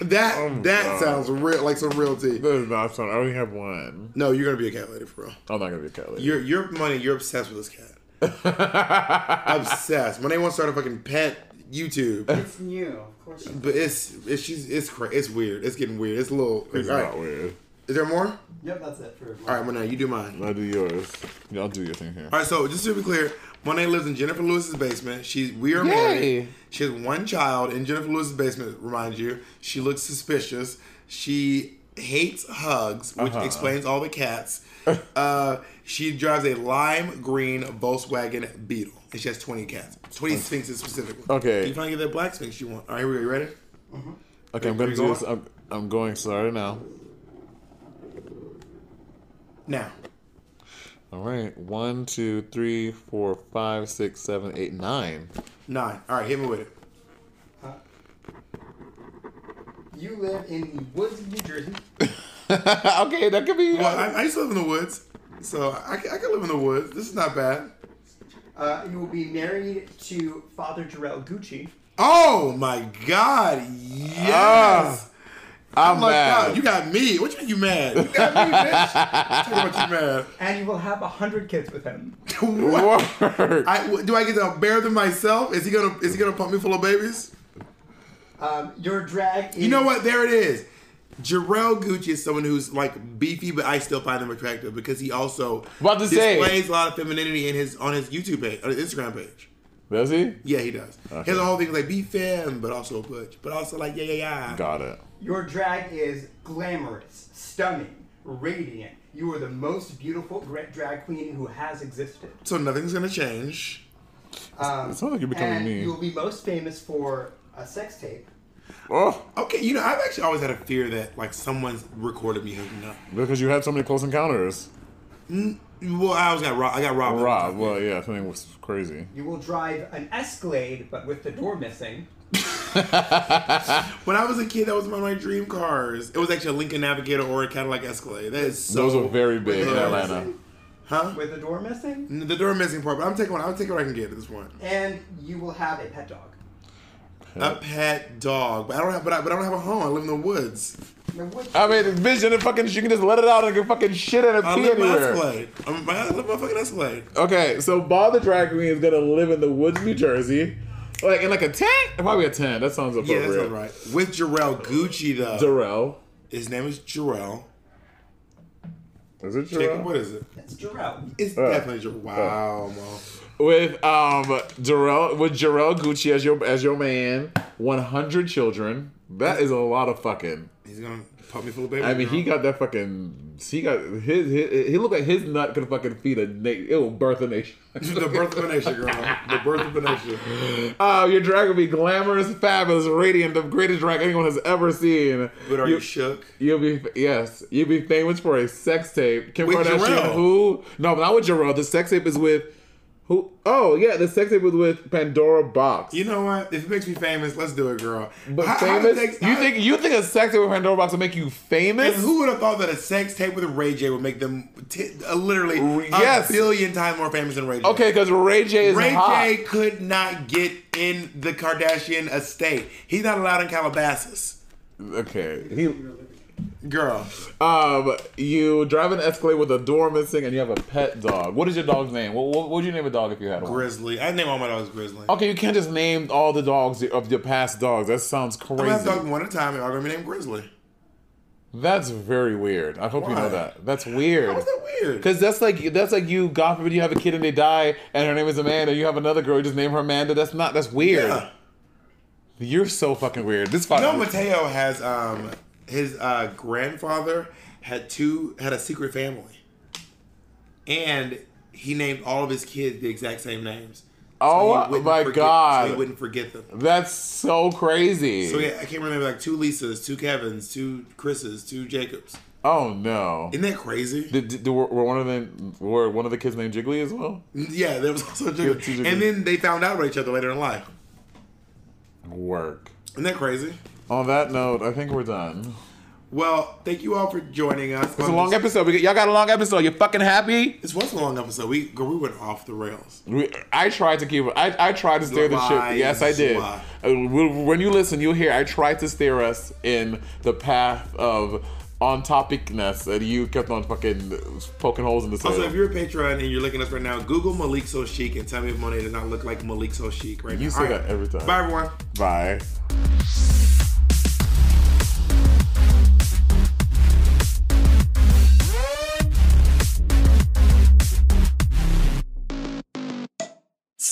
That that Oh God. sounds real, like some realty. That is not something. I only have one. No, you're gonna be a cat lady for real. I'm not gonna be a cat lady. Your your money, you're obsessed with this cat. [laughs] obsessed. Money wants to start a fucking pet YouTube, It's new, of course. but it's it's she's it's cra- it's weird. It's getting weird. It's a little. It's all right. not weird. Is there more? Yep, that's it for All right, Monet, you do mine. I do yours. Y'all do your thing here. All right, so just to be clear, Monet lives in Jennifer Lewis's basement. She's we are Yay. married. She has one child in Jennifer Lewis's basement. Remind you, she looks suspicious. She hates hugs, which Uh-huh. explains all the [laughs] cats. uh, she drives a lime green Volkswagen Beetle, and she has twenty cats, twenty sphinxes specifically. Okay. you finally get that black sphinx you want. All right, here we go. You ready? Okay, I'm gonna you do going? this. I'm, I'm going. Sorry now. Now, All right. One, two, three, four, five, six, seven, eight, nine. nine. All right, hit me with it. You live in the woods of New Jersey. [laughs] okay, that could be. uh, Well, I, I used to live in the woods, so I, I can live in the woods. This is not bad. Uh, you will be married to Father [laughs] Jarrell Gucci. Oh my god, yes! Ah, I'm Oh my mad. god, you got me. What you mean you mad? You got me, bitch. Talk about you mad. And you will have 100 kids with him. [laughs] What? [laughs] Work. I, w- do I get to bear them myself? Is he gonna is he gonna pump me full of babies? Um, your drag is. You know what? There it is. Jarrell Gucci is someone who's like beefy, but I still find him attractive because he also About to say. displays a lot of femininity in his on his YouTube page, on his Instagram page. Does he? Yeah, he does. His whole thing is like be femme, but also butch, but also like yeah, yeah, yeah. Got it. Your drag is glamorous, stunning, radiant. You are the most beautiful gra- drag queen who has existed. Um, So nothing's gonna change. It sounds like you're becoming and me. you'll be most famous for a sex tape. Oh, Okay, you know I've actually always had a fear that like someone's recorded me hooking up. because you had so many close encounters. Well, I always got robbed. I got robbed. Rob, well, yeah, something was crazy. You will drive an Escalade, but with the door missing. When I was a kid, that was one of my dream cars. It was actually a Lincoln Navigator or a Cadillac Escalade. That is so. Those were very big in Yeah. Atlanta. Huh? With the door missing, The door missing part, but I'm taking what I'm taking what I can get at this point. and you will have a pet dog. A pet dog, but I don't have. But I, but I don't have a home. I live in the woods. Now, what- I mean, bitch, you didn't fucking. You can just let it out and you can fucking shit in a I pee live in my anywhere. Escalade. I'm, I live in my fucking Escalade. Okay, so Bob the drag queen is gonna live in the woods, New Jersey, like in like a tent. Probably a tent. That sounds Yeah, appropriate. that's all right. With Jarrell Gucci though. Jarrell. His name is Jarrell. Is it Jacob, what Jarrell? is it? That's Jarrell. It's Uh, definitely Jarrell. Wow, Mo. With um Jarrell with Jarrell Gucci as your as your man, one hundred children. That is a lot of fucking. He's gonna pump me full of baby. I mean, he girl. got that fucking. He got his. his he looked like his nut could fucking feed a nation. It will birth [laughs] a nation. the birth of a nation, girl. The birth of a nation. Oh, your drag will be glamorous, fabulous, radiant, the greatest drag anyone has ever seen. But are you, shook? You'll be yes. You'll be famous for a sex tape. Kim With Kardashian. Jarrell. Who? No, not with Jarrell. The sex tape is with who? Oh yeah, the sex tape was with Pandora Box. You know what? If it makes me famous, let's do it, girl. but How- how did famous? they- you how- think you think a sex tape with Pandora Box will make you And famous? who would have thought that a sex tape with Ray J would make them t- uh, literally Yes. a billion times more famous than Ray J? Okay, because Ray J is Ray hot. J could not get in the Kardashian estate. He's not allowed in Calabasas. Okay, he. Girl, Um, you drive an Escalade with a door missing, and you have a pet dog. What is your dog's name? What, what would you name a dog if you had one? Grizzly. I name all my dogs Grizzly. Okay, you can't just name all the dogs of your past dogs. That sounds I'm gonna have crazy. dogs one at a time, and I'm gonna be named Grizzly. That's very weird. I hope you know Why? that. That's weird. How is that weird? Because that's like that's like you. God forbid you have a kid and they die, and her name is Amanda. You have another girl, you just name her Amanda. That's not. That's weird. Yeah. You're so fucking weird. This You fucking. know, Mateo has um his uh, grandfather had two had a secret family, and he named all of his kids the exact same names. Oh he wouldn't my forget- God. So he wouldn't forget them. that's so crazy. So yeah, I can't remember like two Lisas, two Kevins, two Chris's, two Jacobs. Oh no. Isn't that crazy? Did, did, were were one of them were one of the kids named Jiggly as well? yeah, there was also two Jacob. Jacobs. And then they found out about each other later in life. Work. Isn't that crazy? On that note, I think we're done. Well, thank you all for joining us. It's a long episode. We got, y'all got a long episode. You fucking happy? This was a long episode. We girl, we went off the rails. We, I tried to keep. I I tried to steer the ship. Lies, Yes, I did. lie. Uh, wh- When you listen, you'll hear. I tried to steer us in the path of on topicness, and you kept on fucking poking holes in the Also, if soil. you're a patron and you're looking at us right now, Google Malik So Chic and tell me if Monet does not look like Malik So Chic right You now. say All right. that every time. Bye, everyone. Bye.